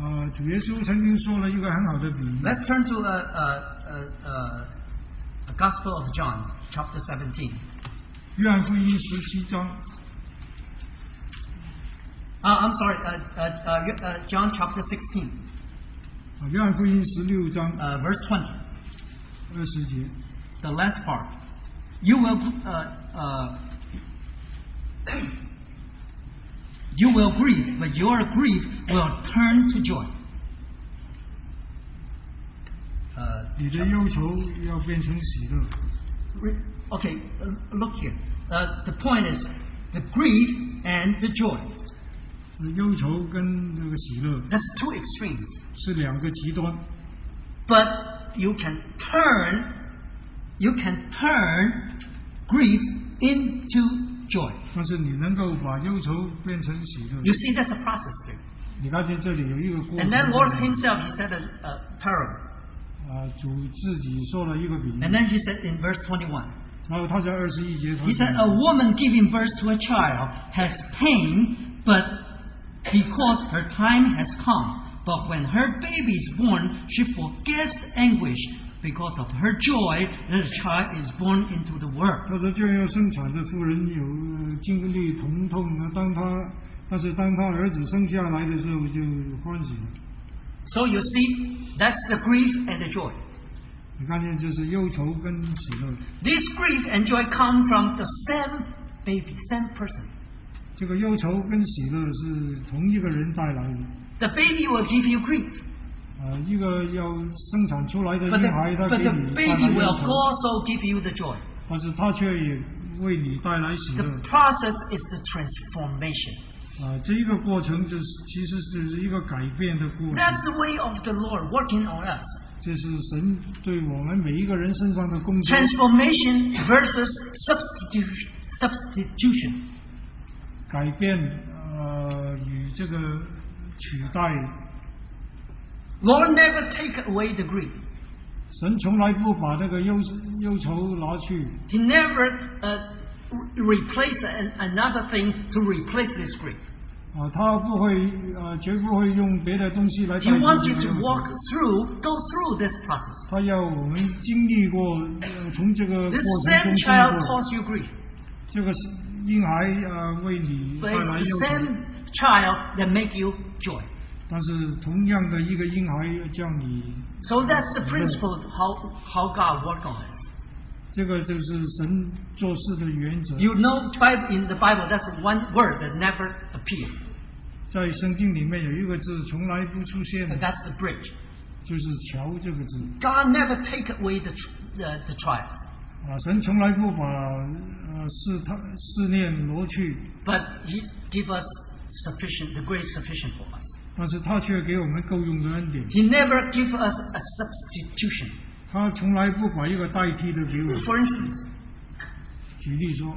[SPEAKER 1] 呃，主耶稣曾经说了一个很好的比喻，
[SPEAKER 2] Let's turn to uh, uh, uh, uh, the Gospel of John, chapter 17.
[SPEAKER 1] 约翰福音十七章，啊
[SPEAKER 2] Uh, I'm sorry, uh, uh, uh, uh, John chapter 16,
[SPEAKER 1] 啊，约翰福音十六章
[SPEAKER 2] uh, verse 20,
[SPEAKER 1] 二十节，
[SPEAKER 2] the last part. You will, uh, uh, you will grieve, but your grief will turn to joy. Uh,
[SPEAKER 1] 你的忧愁要变成喜乐。
[SPEAKER 2] re- okay, uh, look here. Uh, the point is the grief and the joy.
[SPEAKER 1] 呃忧愁跟这个喜乐
[SPEAKER 2] That's two extremes.
[SPEAKER 1] 是两个极端，
[SPEAKER 2] But you can turn, you can turn grief into joy.
[SPEAKER 1] 但是你能够把忧愁变成喜乐
[SPEAKER 2] You，see, that's a process there.
[SPEAKER 1] 你看见这里有一个过
[SPEAKER 2] And then Lord
[SPEAKER 1] 程。
[SPEAKER 2] Himself, He said a, a parable.
[SPEAKER 1] 啊，主自己说了一个比喻，
[SPEAKER 2] And then He said in verse 21,
[SPEAKER 1] 然后他在二十一节他
[SPEAKER 2] He said,
[SPEAKER 1] 说
[SPEAKER 2] A woman giving birth to a child has pain, but because her time has come. But when her baby is born, she forgets the anguish because of her joy that the child is born into the world.
[SPEAKER 1] 他说，就要生产的妇人有呃经历疼痛，那当他，但是当他儿子生下来的时候就欢喜了。
[SPEAKER 2] So you see, that's the grief and the joy.
[SPEAKER 1] 你看见就是忧愁跟喜乐，
[SPEAKER 2] This grief and joy come from the same baby, same person.
[SPEAKER 1] 这个忧愁跟喜乐是同一个人带来的。
[SPEAKER 2] The baby will give you grief,
[SPEAKER 1] 呃，一个要生产出来的
[SPEAKER 2] but
[SPEAKER 1] 婴孩，
[SPEAKER 2] the,
[SPEAKER 1] 他
[SPEAKER 2] but
[SPEAKER 1] 给
[SPEAKER 2] the
[SPEAKER 1] 你带
[SPEAKER 2] baby
[SPEAKER 1] 来忧
[SPEAKER 2] will
[SPEAKER 1] 愁，
[SPEAKER 2] also give you the joy.
[SPEAKER 1] 但是他却也为你带来喜乐
[SPEAKER 2] The。process is the transformation.
[SPEAKER 1] 啊，这一个过程就是其实是一个改变的过程，
[SPEAKER 2] That's the way of the Lord working on us.
[SPEAKER 1] 这是神对我们每一个人身上的工作。
[SPEAKER 2] Transformation versus substitution. Substitution.
[SPEAKER 1] 改变呃与这个取代，
[SPEAKER 2] Lord never take away the grief.
[SPEAKER 1] 神从来不把这个忧忧愁拿去，
[SPEAKER 2] He never uh, re- replace an, another thing to replace this grief.
[SPEAKER 1] 啊，他不会呃绝不会用别的东西来代
[SPEAKER 2] He
[SPEAKER 1] 替这个
[SPEAKER 2] wants you
[SPEAKER 1] 忧
[SPEAKER 2] to
[SPEAKER 1] 愁
[SPEAKER 2] walk through, go through this process.
[SPEAKER 1] 他要我们经历过，呃从这个过
[SPEAKER 2] This
[SPEAKER 1] 程
[SPEAKER 2] same
[SPEAKER 1] 中经
[SPEAKER 2] child
[SPEAKER 1] 过，
[SPEAKER 2] caused you grief,
[SPEAKER 1] 这个是婴孩呃为你带
[SPEAKER 2] but it's
[SPEAKER 1] 来
[SPEAKER 2] the
[SPEAKER 1] 忧愁，
[SPEAKER 2] same child that make you joy.
[SPEAKER 1] 但是同样的一个婴孩叫你
[SPEAKER 2] So that's the principle of how how God work on us.
[SPEAKER 1] 这个就是神做事的原则，
[SPEAKER 2] You know, tribe in the Bible, that's one word that never appeared.
[SPEAKER 1] 在圣经里面有一个字从来不出现的，
[SPEAKER 2] And that's the bridge.
[SPEAKER 1] 就是“桥”这个字。
[SPEAKER 2] God never take away the tr- the, the trials,
[SPEAKER 1] 啊，神从来不把呃试探试炼挪去，
[SPEAKER 2] but He give us sufficient, the grace sufficient for us.
[SPEAKER 1] 但是他却给我们够用的恩典，
[SPEAKER 2] He never give us a substitution.
[SPEAKER 1] 他从来不把一个代替的给我。
[SPEAKER 2] For instance,
[SPEAKER 1] 举例说，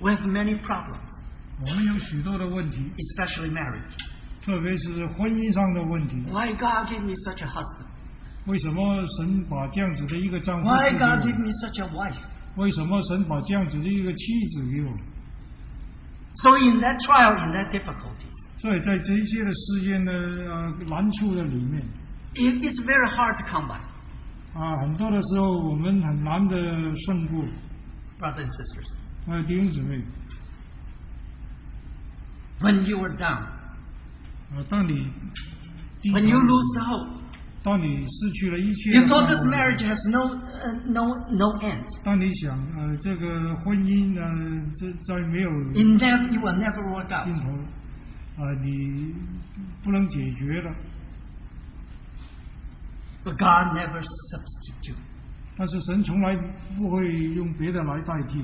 [SPEAKER 2] we have many problems,
[SPEAKER 1] 我们有许多的问题，
[SPEAKER 2] especially marriage.
[SPEAKER 1] 特别是婚姻上的问题，
[SPEAKER 2] Why God give me such a husband?
[SPEAKER 1] 为什么神把这样子的一个丈夫
[SPEAKER 2] Why
[SPEAKER 1] 赐给
[SPEAKER 2] God give
[SPEAKER 1] 我？
[SPEAKER 2] me such a wife?
[SPEAKER 1] 为什么神把这样子的一个妻子给我？
[SPEAKER 2] So in that trial, in that difficulties,
[SPEAKER 1] 所以在这一些的事件的呃难处的里面，
[SPEAKER 2] it, it's very hard to come by,
[SPEAKER 1] 啊，很多的时候我们很难的胜过。
[SPEAKER 2] brothers and sisters.
[SPEAKER 1] 呃，弟兄姊妹，
[SPEAKER 2] When you are down,
[SPEAKER 1] 啊，当你低
[SPEAKER 2] when you
[SPEAKER 1] 潮
[SPEAKER 2] lose the hope,
[SPEAKER 1] 当你失去了一切的
[SPEAKER 2] you
[SPEAKER 1] 盼
[SPEAKER 2] thought
[SPEAKER 1] 望
[SPEAKER 2] this marriage has no uh, no no end.
[SPEAKER 1] 当你想呃这个婚姻呃这在没有
[SPEAKER 2] In them, it will never work out.
[SPEAKER 1] 尽头，呃你不能解决了，
[SPEAKER 2] But God never substitute.
[SPEAKER 1] 但是神从来不会用别的来代替，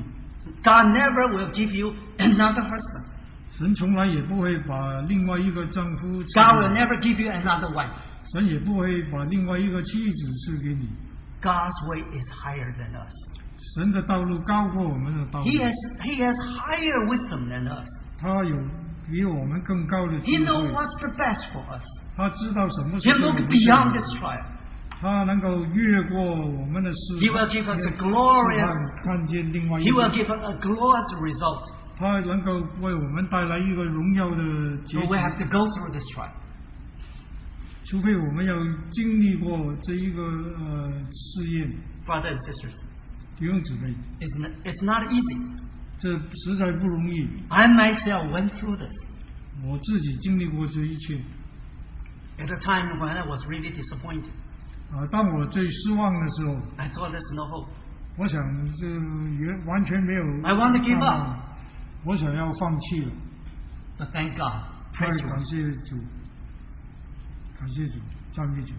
[SPEAKER 2] God never will give you another husband.
[SPEAKER 1] 神从来也不会把另外一个丈夫赐
[SPEAKER 2] God will
[SPEAKER 1] 给你，
[SPEAKER 2] never give you another wife.
[SPEAKER 1] 神也不会把另外一个妻子赐给你，
[SPEAKER 2] God's way is higher than us.
[SPEAKER 1] 神的道路高过我们的道路
[SPEAKER 2] He，has He has higher wisdom than us.
[SPEAKER 1] 他有比我们更高的
[SPEAKER 2] He
[SPEAKER 1] 智
[SPEAKER 2] knows
[SPEAKER 1] 慧，
[SPEAKER 2] what's the best for us.
[SPEAKER 1] 他知道什么
[SPEAKER 2] He
[SPEAKER 1] 是对
[SPEAKER 2] look
[SPEAKER 1] 我们最好
[SPEAKER 2] beyond
[SPEAKER 1] 的
[SPEAKER 2] this trial.
[SPEAKER 1] 他能够越过我们的试
[SPEAKER 2] He will give us a glorious-
[SPEAKER 1] 看看见另外一
[SPEAKER 2] He
[SPEAKER 1] 个
[SPEAKER 2] will，give us a glorious result.
[SPEAKER 1] 他能够为我们带来一个荣耀的结
[SPEAKER 2] So
[SPEAKER 1] 局
[SPEAKER 2] we。have to go through this trial.
[SPEAKER 1] 除非我们要经历过这一个呃试验，
[SPEAKER 2] Brothers and sisters,
[SPEAKER 1] 弟兄姊妹，
[SPEAKER 2] it's not, it's not easy.
[SPEAKER 1] 这实在不容易。
[SPEAKER 2] I myself went through this
[SPEAKER 1] 我自己经历过这一切
[SPEAKER 2] at a time when I was really disappointed.
[SPEAKER 1] 啊、当我最失望的时候，
[SPEAKER 2] I thought there's no hope.
[SPEAKER 1] 我想这原完全没有
[SPEAKER 2] I want to give
[SPEAKER 1] 盼
[SPEAKER 2] up.
[SPEAKER 1] 望，我想要放弃了。
[SPEAKER 2] But thank God.
[SPEAKER 1] 但
[SPEAKER 2] Praise
[SPEAKER 1] 是
[SPEAKER 2] the
[SPEAKER 1] 感
[SPEAKER 2] Lord.
[SPEAKER 1] 谢主，感谢主，赞美主。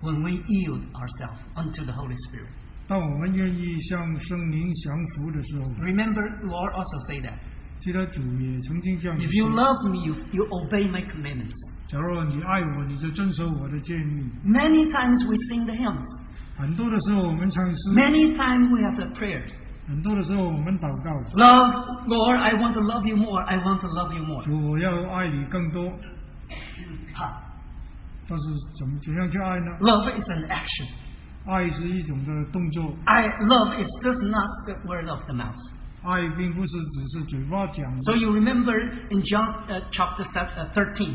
[SPEAKER 2] When we yield ourselves unto the Holy Spirit.
[SPEAKER 1] 当我们愿意向圣灵降服的时候，
[SPEAKER 2] Remember, Lord also say that.
[SPEAKER 1] 记得主也曾经这样
[SPEAKER 2] If you
[SPEAKER 1] 说：
[SPEAKER 2] love me, you, you obey my commandments.
[SPEAKER 1] 假若你爱我，你就遵守我的诫命。
[SPEAKER 2] Many times we sing the hymns.
[SPEAKER 1] 很多的时候我们唱诗，
[SPEAKER 2] Many times we have the prayers.
[SPEAKER 1] 很多的时候我们祷告，
[SPEAKER 2] Love, Lord, I want to love you more. I want to love you more.
[SPEAKER 1] 主我要爱你更多。
[SPEAKER 2] Ha.
[SPEAKER 1] 但是怎么怎样去爱呢？
[SPEAKER 2] Love is an action.
[SPEAKER 1] 爱是一种的动作，
[SPEAKER 2] I love is just not the word of the mouth.
[SPEAKER 1] 爱并不是只是嘴巴讲的
[SPEAKER 2] So you remember in John uh, chapter se- uh, 13,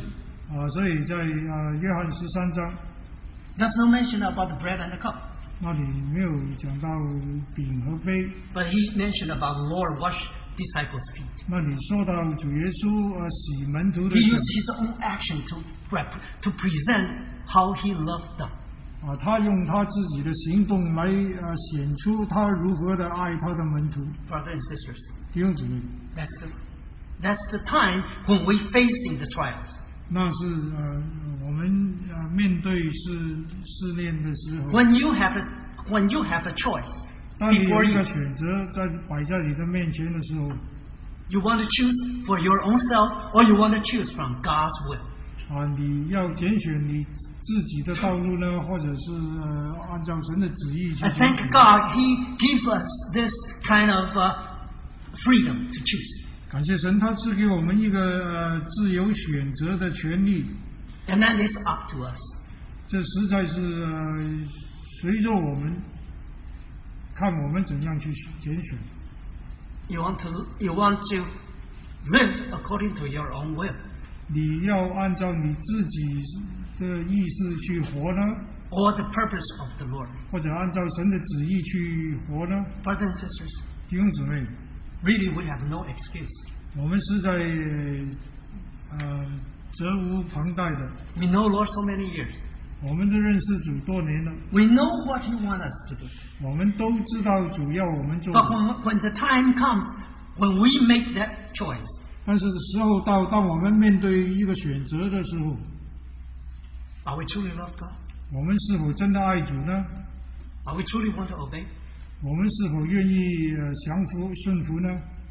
[SPEAKER 1] 啊。所以在啊约翰十三章
[SPEAKER 2] there's no mention about the bread and the cup.
[SPEAKER 1] 那里没有讲到饼和杯，
[SPEAKER 2] But he mentioned about the Lord wash disciples' feet.
[SPEAKER 1] 那里说到主耶稣啊洗门徒的
[SPEAKER 2] He
[SPEAKER 1] 水
[SPEAKER 2] used his own action to rep- to present how he loved them.
[SPEAKER 1] 啊，啊，他用他自己的行动来啊显出他如何的爱他的门徒
[SPEAKER 2] Brothers and sisters,
[SPEAKER 1] 弟兄姊妹。
[SPEAKER 2] that's the, that's the time when we're facing the trials.
[SPEAKER 1] 那是呃我们呃面对试试炼的时候，
[SPEAKER 2] When you have a, when you have a choice
[SPEAKER 1] 当你有
[SPEAKER 2] before
[SPEAKER 1] 一
[SPEAKER 2] you,
[SPEAKER 1] 个选择在摆在你的面前的时候，
[SPEAKER 2] you want to choose for your own self or you want to choose from God's will.
[SPEAKER 1] 啊，你要拣选你自己的道路呢，或者是呃按照神的旨意去选
[SPEAKER 2] And 啊 thank
[SPEAKER 1] 择。
[SPEAKER 2] God He gives us this kind of uh, freedom to choose.
[SPEAKER 1] 感谢神，他赐给我们一个呃自由选择的权利，
[SPEAKER 2] And that is up to us.
[SPEAKER 1] 这实在是呃随着我们看我们怎样去拣选。
[SPEAKER 2] You want to, you want to live according to your own will
[SPEAKER 1] 你要按照你自己的意识去活呢，
[SPEAKER 2] or the purpose of the Lord.
[SPEAKER 1] 或者按照神的旨意去活呢？
[SPEAKER 2] Brothers and sisters,
[SPEAKER 1] 弟兄姊妹，
[SPEAKER 2] really we have no excuse.
[SPEAKER 1] 我们是在呃责无旁贷的。
[SPEAKER 2] We know Lord so many years.
[SPEAKER 1] 我们都认识主多年了，
[SPEAKER 2] We know what He wants us to do.
[SPEAKER 1] 我们都知道主要我们做
[SPEAKER 2] But
[SPEAKER 1] 的，
[SPEAKER 2] when, when the time comes, when we make that choice,
[SPEAKER 1] 但是时候到，当我们面对一个选择的时候，
[SPEAKER 2] are we truly love God?
[SPEAKER 1] 我们是否真的爱主呢？
[SPEAKER 2] Are we truly want to obey?
[SPEAKER 1] 我们是否愿意呃降服顺服呢？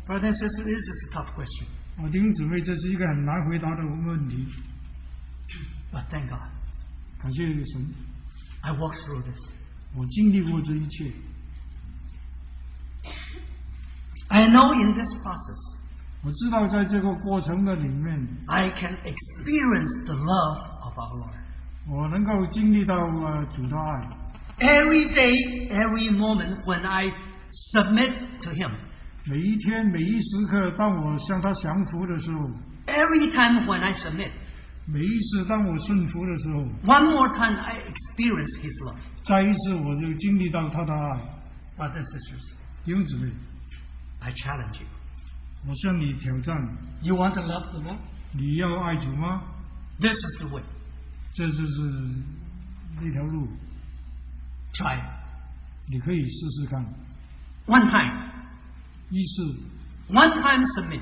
[SPEAKER 2] Brothers and sisters, this is a tough question.
[SPEAKER 1] 啊，弟兄姊妹，这是一个很难回答的问题。
[SPEAKER 2] But thank God,
[SPEAKER 1] 感谢神，
[SPEAKER 2] I walked through this.
[SPEAKER 1] 我经历过这一切。
[SPEAKER 2] I know in this process,
[SPEAKER 1] 我知道在这个过程的里面，
[SPEAKER 2] I can experience the love of our Lord.
[SPEAKER 1] 我能够经历到呃主的爱。
[SPEAKER 2] Every day, every moment when I submit to Him,
[SPEAKER 1] 每一天每一时刻，当我向他降服的时候，
[SPEAKER 2] every time when I submit,
[SPEAKER 1] 每一次当我顺服的时候，
[SPEAKER 2] one more time I experience His love.
[SPEAKER 1] 再一次我就经历到他的爱。
[SPEAKER 2] Brothers and sisters,
[SPEAKER 1] 弟兄姊妹，
[SPEAKER 2] I challenge you.
[SPEAKER 1] 我向你挑战，
[SPEAKER 2] You want to love the Lord?
[SPEAKER 1] 你要爱主吗？
[SPEAKER 2] This is the way.
[SPEAKER 1] 这就是那条路，
[SPEAKER 2] Try it.
[SPEAKER 1] 你可以试试看。
[SPEAKER 2] One time.
[SPEAKER 1] 一次
[SPEAKER 2] One time submit.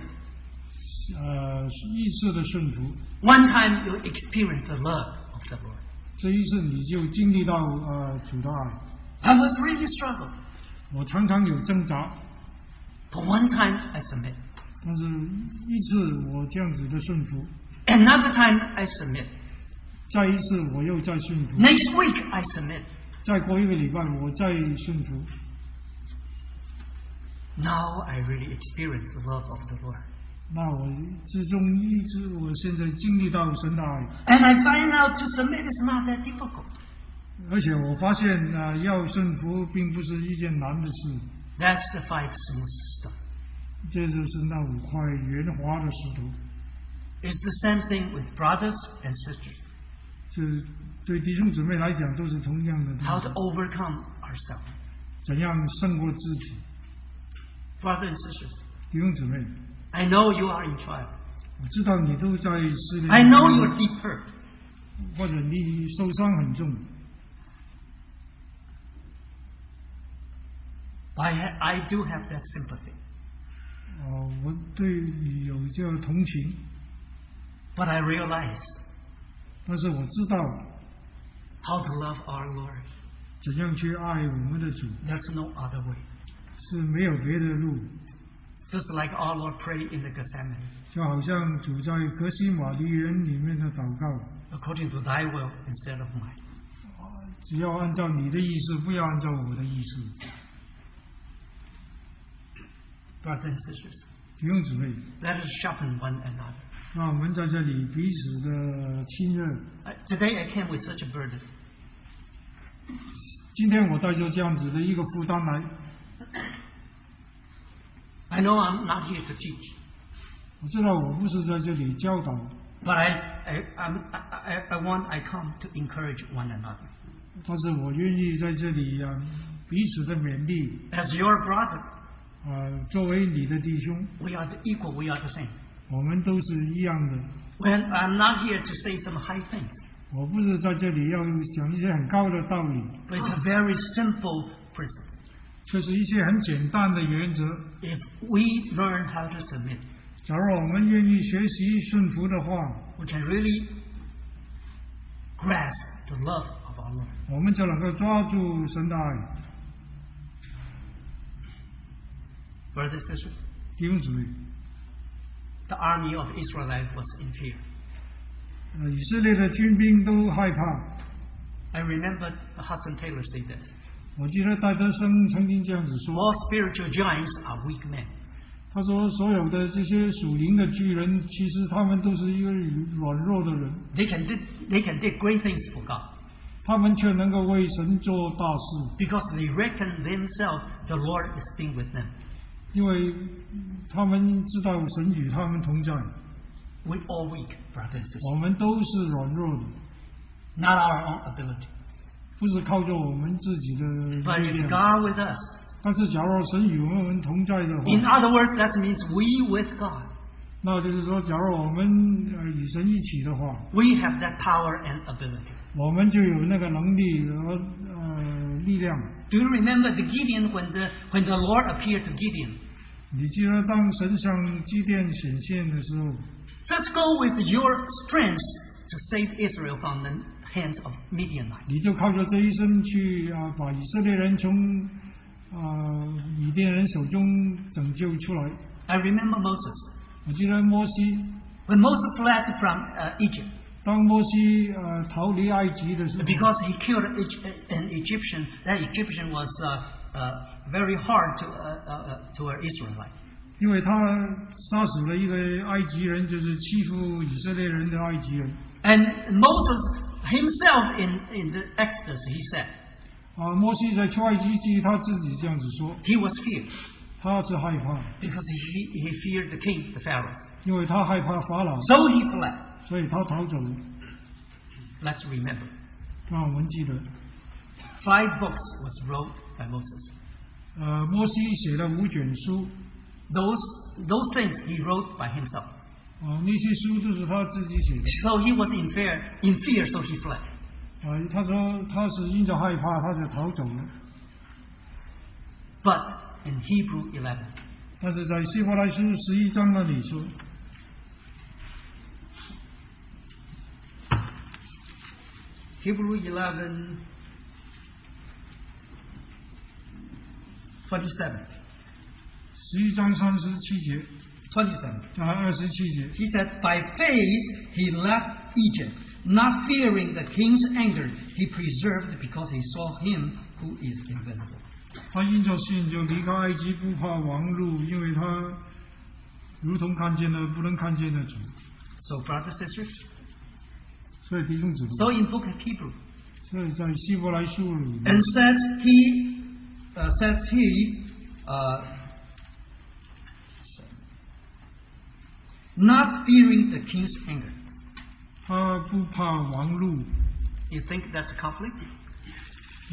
[SPEAKER 1] 呃一次的顺服，
[SPEAKER 2] One time you experience the love of the Lord.
[SPEAKER 1] 这一次你就经历到呃主的爱。
[SPEAKER 2] I was really struggling.
[SPEAKER 1] 我常常有挣扎，
[SPEAKER 2] But one time I submit.
[SPEAKER 1] 但是一次我这样子的顺服，
[SPEAKER 2] Another time I submit.
[SPEAKER 1] 再一次我又再顺服，
[SPEAKER 2] Next week I submit.
[SPEAKER 1] 再过一个礼拜我再顺服，
[SPEAKER 2] Now I really experience the love of the Lord.
[SPEAKER 1] 那我之中一直我现在经历到神的爱，
[SPEAKER 2] And I find out to submit is not that difficult.
[SPEAKER 1] 而且我发现啊、呃要顺服并不是一件难的事，
[SPEAKER 2] That's the five smooth stuff.
[SPEAKER 1] 这就是那五块圆滑的石头，
[SPEAKER 2] It's the same thing with brothers and sisters.
[SPEAKER 1] 这对弟兄姊妹来讲都是同样的东
[SPEAKER 2] How
[SPEAKER 1] 西
[SPEAKER 2] to，overcome ourselves.
[SPEAKER 1] 怎样胜过自己，
[SPEAKER 2] Brothers and sisters,
[SPEAKER 1] 弟兄姊妹，
[SPEAKER 2] I know you are in trial.
[SPEAKER 1] 我知道你都在失
[SPEAKER 2] I know
[SPEAKER 1] 恋
[SPEAKER 2] you're，deep hurt.
[SPEAKER 1] 或者你受伤很重。
[SPEAKER 2] But I, ha- I do have that sympathy.
[SPEAKER 1] 哦，我对你有这样同情，
[SPEAKER 2] But I realize
[SPEAKER 1] 但是我知道
[SPEAKER 2] how to love our Lord.
[SPEAKER 1] 怎样去爱我们的主
[SPEAKER 2] There's no other way.
[SPEAKER 1] 是没有别的路。
[SPEAKER 2] Just like our Lord prayed in the Gethsemane,
[SPEAKER 1] 就好像主在格西玛丽园里面的祷告，
[SPEAKER 2] according to thy will instead of mine.
[SPEAKER 1] 只要按照你的意思，不要按照我的意思。
[SPEAKER 2] Brothers and sisters,
[SPEAKER 1] 弟兄姊妹，
[SPEAKER 2] let us sharpen one another.
[SPEAKER 1] 让我们在这里彼此的亲热。
[SPEAKER 2] Uh, today I came with such a burden.
[SPEAKER 1] 今天我带着这样子的一个负担来，
[SPEAKER 2] I know I'm not here to teach,
[SPEAKER 1] 我知道我不是在这里教导，
[SPEAKER 2] but I, I, I'm, I, I I want I come to encourage one another.
[SPEAKER 1] 但是我愿意在这里啊，彼此的勉励
[SPEAKER 2] As your brother,
[SPEAKER 1] 啊、作为你的弟兄，
[SPEAKER 2] we are the equal, we are the same.
[SPEAKER 1] 我们都是一样的。
[SPEAKER 2] Well, I'm not here to say some high things.
[SPEAKER 1] 我我不是在这里要讲一些很高的道理，
[SPEAKER 2] But it's a very simple principle.
[SPEAKER 1] 这是一些很简单的原则。
[SPEAKER 2] If we learn how to submit,
[SPEAKER 1] 假如我们愿意学习顺服的话，
[SPEAKER 2] we can really grasp the love of our Lord.
[SPEAKER 1] 我们就能够抓住神的爱。
[SPEAKER 2] Brothers and sisters,
[SPEAKER 1] 弟兄姊妹，
[SPEAKER 2] the army of Israel was in fear.
[SPEAKER 1] 呃，以色列的军兵都害怕。
[SPEAKER 2] I remember Hudson Taylor said this.
[SPEAKER 1] 我记得戴德生曾经这样子说，
[SPEAKER 2] All spiritual giants are weak men.
[SPEAKER 1] 他说所有的这些属灵的巨人，其实他们都是一个软弱的人，
[SPEAKER 2] They can do, they can do great things for God
[SPEAKER 1] 他们却能够为神做大事，
[SPEAKER 2] because they reckon themselves the Lord is being with them.
[SPEAKER 1] 因为他们知道神与他们同在。
[SPEAKER 2] We're all weak, brothers and sisters.
[SPEAKER 1] 我们都是软弱的，
[SPEAKER 2] Not our own ability.
[SPEAKER 1] 不是靠着我们自己的
[SPEAKER 2] But
[SPEAKER 1] 力
[SPEAKER 2] if
[SPEAKER 1] 量。
[SPEAKER 2] God with us,
[SPEAKER 1] 但是，假如神与我们同在的话，
[SPEAKER 2] in other words, that means we with God.
[SPEAKER 1] 那就是说，假如我们呃与神一起的话，
[SPEAKER 2] We have that power and ability.
[SPEAKER 1] 我们就有那个能力和呃力量。
[SPEAKER 2] Do you remember the Gideon when the when the Lord appeared to Gideon?
[SPEAKER 1] 你记得当神向基甸显现的时候，
[SPEAKER 2] Just go with your strength to save Israel from the hands of Midianite.
[SPEAKER 1] 你就靠着这一生去啊，把以色列人从啊以甸人手中拯救出来。
[SPEAKER 2] I remember Moses
[SPEAKER 1] 我记得摩西，
[SPEAKER 2] when Moses fled from uh, Egypt
[SPEAKER 1] 当摩西呃逃离埃及的时候，
[SPEAKER 2] because he killed Egy- an Egyptian. That Egyptian was uh, uh, very hard to uh, uh, uh, to an Israelite.
[SPEAKER 1] 因为他杀死了一个埃及人，就是欺负以色列人的埃及人。
[SPEAKER 2] And Moses himself in in the Exodus he said
[SPEAKER 1] 啊，摩西在出埃及记他自己这样子说，
[SPEAKER 2] he was feared
[SPEAKER 1] 他是害怕，
[SPEAKER 2] because he he feared the king, the Pharaoh.
[SPEAKER 1] 因为他害怕法老，
[SPEAKER 2] So he fled.
[SPEAKER 1] 所以他逃走了。
[SPEAKER 2] Let's remember.
[SPEAKER 1] 让我们记得，
[SPEAKER 2] Five books was wrote by Moses.
[SPEAKER 1] 呃，摩西写了五卷书，
[SPEAKER 2] Those those things he wrote by himself.
[SPEAKER 1] 啊、那些书都是他自己写的。
[SPEAKER 2] So he was in fear, in fear, so he fled.
[SPEAKER 1] 啊、他说他是因着害怕，他就逃走了。
[SPEAKER 2] But in Hebrew 11,
[SPEAKER 1] 但是在希伯来书十一章那里说，
[SPEAKER 2] Hebrew 11, 27,
[SPEAKER 1] 十一章三十七节
[SPEAKER 2] 27.
[SPEAKER 1] 啊，二十七节，
[SPEAKER 2] He said, By faith he left Egypt, not fearing the king's anger. He preserved because he saw him who is invisible.
[SPEAKER 1] 他因着信就离开埃及，不怕王路，因为他如同看见了不能看见的主。
[SPEAKER 2] So, brothers and sisters,
[SPEAKER 1] 所以弟兄姊妹，
[SPEAKER 2] so in book of Hebrew,
[SPEAKER 1] 所以在希伯来书里面
[SPEAKER 2] And says he, uh, says he, uh, not fearing the king's anger.
[SPEAKER 1] 他不怕王路。
[SPEAKER 2] You think that's a conflict?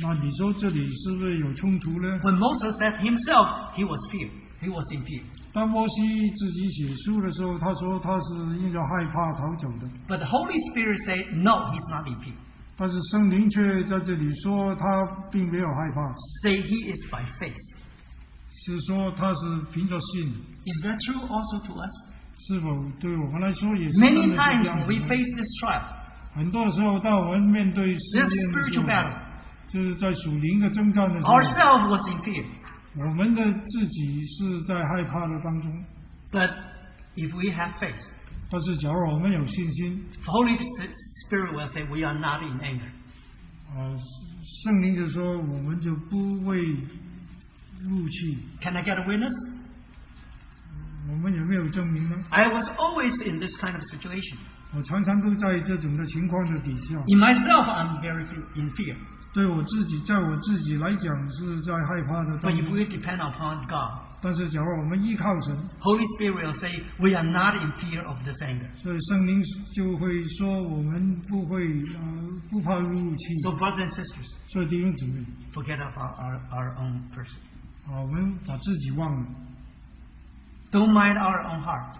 [SPEAKER 1] 那你说这里是不是有冲突呢？
[SPEAKER 2] When Moses said himself, he was fear. He was in fear.
[SPEAKER 1] 当摩西自己写书的时候，他说他是因着害怕逃走的，
[SPEAKER 2] But the Holy Spirit said, no, he's not in fear.
[SPEAKER 1] 但是圣灵却在这里说他并没有害怕，
[SPEAKER 2] Say he is by faith.
[SPEAKER 1] 是说他是凭着信。
[SPEAKER 2] Is that true also to us?
[SPEAKER 1] 是否对我们来说也是这
[SPEAKER 2] Many
[SPEAKER 1] 样
[SPEAKER 2] times
[SPEAKER 1] 的样
[SPEAKER 2] when
[SPEAKER 1] 子
[SPEAKER 2] we
[SPEAKER 1] 呢？
[SPEAKER 2] face this trial,
[SPEAKER 1] 很多时候，当我们面对试
[SPEAKER 2] this
[SPEAKER 1] 验的时
[SPEAKER 2] spiritual
[SPEAKER 1] 候，
[SPEAKER 2] battle,
[SPEAKER 1] 就是在属灵的征战的时候，
[SPEAKER 2] ourselves was in fear.
[SPEAKER 1] 我们的自己是在害怕的当中。
[SPEAKER 2] But if we have faith,
[SPEAKER 1] 但是，假如我们有信心，
[SPEAKER 2] The Holy S- Spirit will say, We are not in anger.
[SPEAKER 1] 呃，圣灵就说我们就不为怒气。
[SPEAKER 2] Can I get a witness?
[SPEAKER 1] 我们有没有证明呢？
[SPEAKER 2] I was always in this kind of situation.
[SPEAKER 1] 我常常都在这种的情况的底下，
[SPEAKER 2] In myself, I'm very fe- in fear.
[SPEAKER 1] 对我自己，在我自己来讲是在害怕的
[SPEAKER 2] But
[SPEAKER 1] 当
[SPEAKER 2] if
[SPEAKER 1] 中。
[SPEAKER 2] we depend upon God,
[SPEAKER 1] 但是，假如我们依靠神，
[SPEAKER 2] Holy Spirit will say, We are not in fear of this anger.
[SPEAKER 1] 所以圣灵就会说我们不会呃不怕入侵。
[SPEAKER 2] So, brothers and sisters,
[SPEAKER 1] 所以弟兄姊妹
[SPEAKER 2] forget about our, our own person.
[SPEAKER 1] 啊，我们把自己忘了
[SPEAKER 2] Don't mind our own heart.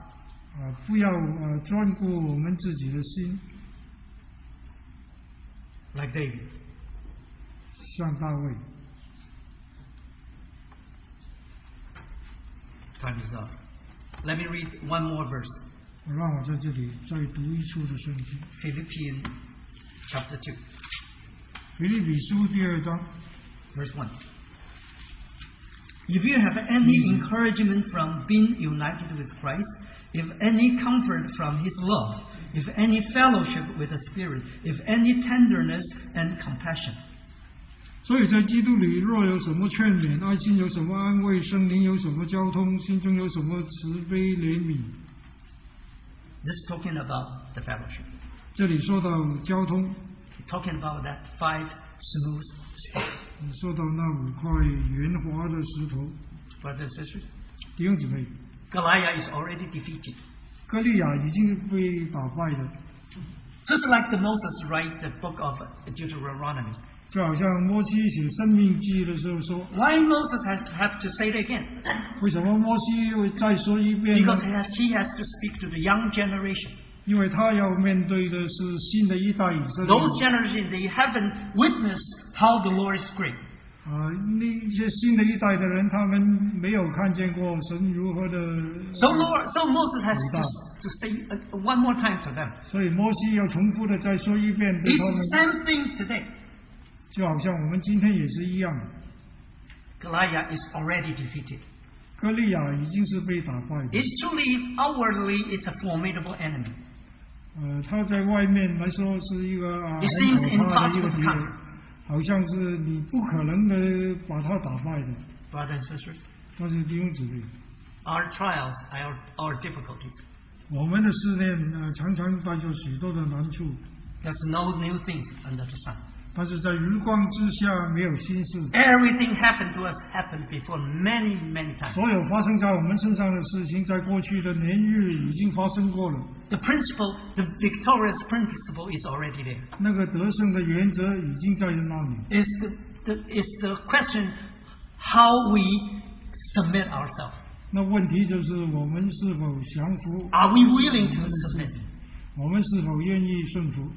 [SPEAKER 1] 啊，不要呃专顾我们自己的心。
[SPEAKER 2] like David.
[SPEAKER 1] 像大卫。
[SPEAKER 2] Time is up. Let me read one more verse.
[SPEAKER 1] 让我在这里再读一处的圣经，《
[SPEAKER 2] Philippians chapter 2,
[SPEAKER 1] 腓立比书》第二章
[SPEAKER 2] verse 1. If you have any encouragement from being united with Christ, if any comfort from his love, if any fellowship with the Spirit, if any tenderness and compassion.
[SPEAKER 1] 所以在基督里，若有什么劝勉，爱心有什么安慰，圣灵有什么交通，心中有什么慈悲怜悯，
[SPEAKER 2] This is talking about the fellowship.
[SPEAKER 1] 这里说到交通，
[SPEAKER 2] Talking about that five smooth stones.
[SPEAKER 1] 说到那五块圆滑的石头，
[SPEAKER 2] Brothers and sisters,
[SPEAKER 1] 弟兄姊妹，
[SPEAKER 2] Goliath is already defeated.
[SPEAKER 1] 歌利亚已经被打败了，
[SPEAKER 2] Just like the Moses write the book of Deuteronomy.
[SPEAKER 1] 就好像摩西写《生命记》的时候说，
[SPEAKER 2] Why Moses has have to say it again?
[SPEAKER 1] 为什么摩西又再说一遍呢
[SPEAKER 2] Because？he has, he has to speak to the young generation.
[SPEAKER 1] 因为他要面对的是新的一代以色列人
[SPEAKER 2] Those generation they haven't witnessed how the Lord is great.
[SPEAKER 1] 啊、那一些新的一代的人，他们没有看见过神如何的
[SPEAKER 2] So Lord, so Moses has to,
[SPEAKER 1] Wow.
[SPEAKER 2] to say uh, one more time to them.
[SPEAKER 1] 所以摩西要重复的再说一遍对
[SPEAKER 2] It's
[SPEAKER 1] 他们
[SPEAKER 2] the，same thing today.
[SPEAKER 1] 就好像我们今天也是一样，
[SPEAKER 2] Goliath is already defeated.
[SPEAKER 1] 歌利亚已经是被打败的，
[SPEAKER 2] It's truly outwardly it's a formidable enemy.
[SPEAKER 1] 呃，他在外面来说是一个啊
[SPEAKER 2] It seems
[SPEAKER 1] 很可怕的一
[SPEAKER 2] impossible
[SPEAKER 1] 个
[SPEAKER 2] to
[SPEAKER 1] 敌人
[SPEAKER 2] conquer.，
[SPEAKER 1] 好像是你不可能的把他打败的。
[SPEAKER 2] Brothers and sisters,
[SPEAKER 1] 但是弟兄姊妹，
[SPEAKER 2] our trials, our, our difficulties.
[SPEAKER 1] 我们的试炼呃常常带着许多的难处，
[SPEAKER 2] There's no new things under the sun.
[SPEAKER 1] 但是在余光之下没有心事，
[SPEAKER 2] Everything happened to us happened before many, many times.
[SPEAKER 1] 所有发生在我们身上的事情，在过去的年日已经发生过了，
[SPEAKER 2] The principle, the victorious principle is already there.
[SPEAKER 1] 那个得胜的原则已经在那里。
[SPEAKER 2] It's the, the, it's the question how we submit ourselves.
[SPEAKER 1] 那问题就是我们是否降服，
[SPEAKER 2] Are we willing to submit?
[SPEAKER 1] 我们是否愿意顺服？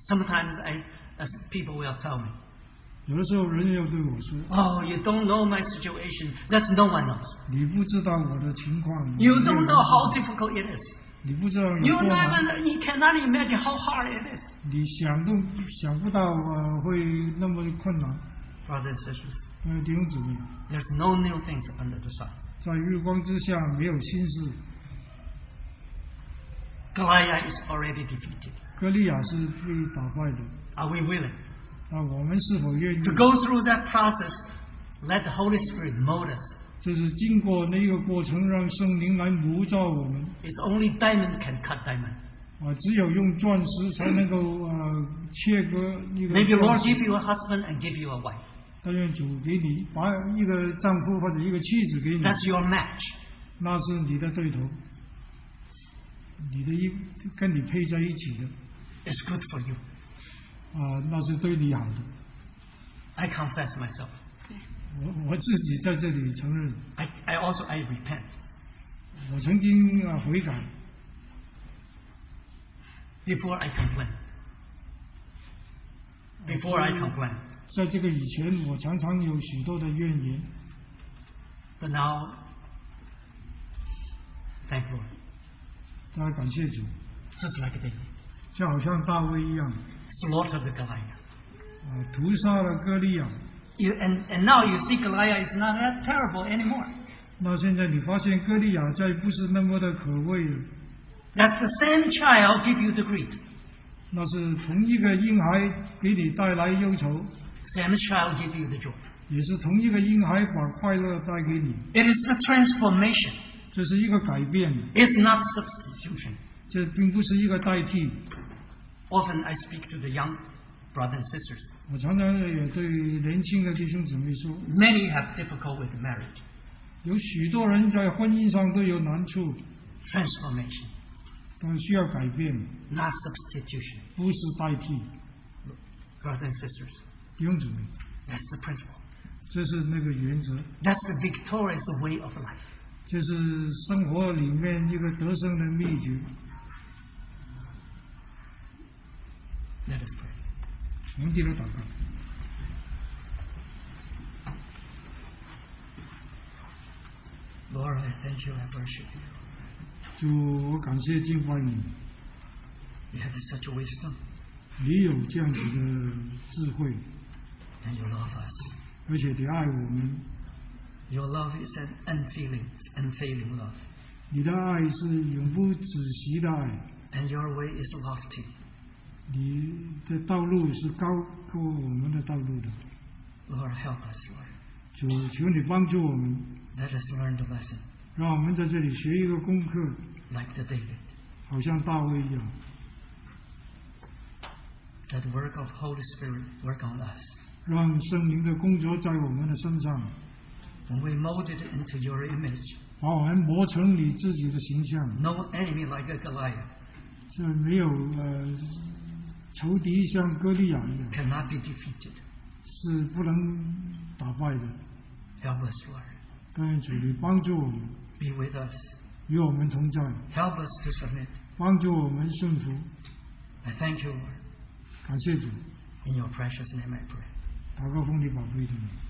[SPEAKER 2] Sometimes I, as people will tell me,
[SPEAKER 1] 有的时候人要对我说
[SPEAKER 2] Oh, you don't know my situation. That's no one knows.：“
[SPEAKER 1] 你不知道我的情况。”
[SPEAKER 2] You
[SPEAKER 1] 没有
[SPEAKER 2] don't
[SPEAKER 1] 人
[SPEAKER 2] know
[SPEAKER 1] 知
[SPEAKER 2] how
[SPEAKER 1] 道
[SPEAKER 2] difficult it is.
[SPEAKER 1] 你不知道
[SPEAKER 2] You
[SPEAKER 1] 有多难，
[SPEAKER 2] never, you cannot imagine how hard it is.
[SPEAKER 1] 你想都想不到呃会那么困难。
[SPEAKER 2] Brothers and sisters,
[SPEAKER 1] 呃，弟兄姊妹，
[SPEAKER 2] there's no new things under the sun.
[SPEAKER 1] 在日光之下没有心事。
[SPEAKER 2] Goliath is already defeated.
[SPEAKER 1] 歌利亚是被打败的，
[SPEAKER 2] Are we willing
[SPEAKER 1] 那我们是否愿意？
[SPEAKER 2] to go through that process? Let the Holy Spirit mold us.
[SPEAKER 1] 就是经过那个过程，让圣灵来磨造我们。
[SPEAKER 2] It's only diamond can cut diamond.
[SPEAKER 1] 啊，只有用钻石才能够呃切割一个
[SPEAKER 2] Maybe
[SPEAKER 1] 钻
[SPEAKER 2] Lord
[SPEAKER 1] 石。
[SPEAKER 2] give you a husband and give you a wife.
[SPEAKER 1] 但愿主给你把一个丈夫或者一个妻子给你，
[SPEAKER 2] That's your match.
[SPEAKER 1] 那是你的对头，你的一跟你配在一起的
[SPEAKER 2] It's good for you.
[SPEAKER 1] 啊，那是对你好的。
[SPEAKER 2] I confess myself.
[SPEAKER 1] 我我自己在这里承认，
[SPEAKER 2] I, I also I repent.
[SPEAKER 1] 我曾经啊悔改，
[SPEAKER 2] Before I complain. Before I complain.
[SPEAKER 1] 在这个以前我常常有许多的怨言，
[SPEAKER 2] But now, thank Lord.
[SPEAKER 1] 大家感谢主，
[SPEAKER 2] Just like David.
[SPEAKER 1] 就好像大卫一样
[SPEAKER 2] Slaughter the Goliath.
[SPEAKER 1] 啊，屠杀了歌利亚。
[SPEAKER 2] You, and, and now you see Goliath is not that terrible anymore.
[SPEAKER 1] 那现在你发现歌利亚再不是那么的可畏了，
[SPEAKER 2] That the same child give you the grief.
[SPEAKER 1] 那是同一个婴孩给你带来忧愁，
[SPEAKER 2] Same child give you the joy.
[SPEAKER 1] 也是同一个婴孩把快乐带给你。
[SPEAKER 2] It is the transformation.
[SPEAKER 1] 这是一个改变，
[SPEAKER 2] It's not substitution.
[SPEAKER 1] 这并不是一个代替。
[SPEAKER 2] Often I speak to the young brothers and sisters.
[SPEAKER 1] 我常常也对年轻的弟兄姊妹说，
[SPEAKER 2] Many have difficult with marriage.
[SPEAKER 1] 有许多人在婚姻上都有难处，
[SPEAKER 2] Transformation,
[SPEAKER 1] 但需要改变，
[SPEAKER 2] not substitution.
[SPEAKER 1] 不是代替。
[SPEAKER 2] Brothers and sisters,
[SPEAKER 1] 弟兄姊妹，
[SPEAKER 2] that's the principle.
[SPEAKER 1] 这是那个原则，
[SPEAKER 2] That's the victorious way of life.
[SPEAKER 1] 这是生活里面一个得胜的秘诀。
[SPEAKER 2] Let us pray.
[SPEAKER 3] 我们低头祷告。
[SPEAKER 2] Lord, I thank you. I worship you.
[SPEAKER 1] 主，我感谢敬拜你，
[SPEAKER 2] You have such wisdom,
[SPEAKER 1] 你有这样子的智慧，
[SPEAKER 2] and you love us.
[SPEAKER 1] 而且你爱我们，
[SPEAKER 2] Your love is an unfailing, unfailing love,
[SPEAKER 1] 你的爱是永不止息的爱，
[SPEAKER 2] and your way is lofty.
[SPEAKER 1] 你的道路是高过我们的道路的。
[SPEAKER 2] Lord, help us, Lord.
[SPEAKER 1] 主，求你帮助我们，
[SPEAKER 2] Let us learn the lesson,
[SPEAKER 1] 让我们在这里学一个功课，
[SPEAKER 2] like the David.
[SPEAKER 1] 好像大卫一样，
[SPEAKER 2] That work of Holy Spirit work on us.
[SPEAKER 1] 让圣灵的工作在我们的身上，
[SPEAKER 2] When we molded into your image,
[SPEAKER 1] 把我们磨成你自己的形象，
[SPEAKER 2] no enemy like a Goliath
[SPEAKER 1] 这没有呃仇敌像歌利亚一样，
[SPEAKER 2] cannot be defeated.
[SPEAKER 1] 是不能打败的。
[SPEAKER 2] Help us, Lord.
[SPEAKER 1] 但愿主你帮助我们，
[SPEAKER 2] Be with us.
[SPEAKER 1] 与我们同在，
[SPEAKER 2] Help us to submit.
[SPEAKER 1] 帮助我们顺服。
[SPEAKER 2] I thank you, Lord.
[SPEAKER 1] 感谢主，
[SPEAKER 2] In your precious name I pray.
[SPEAKER 1] 祷告奉你宝贵的名。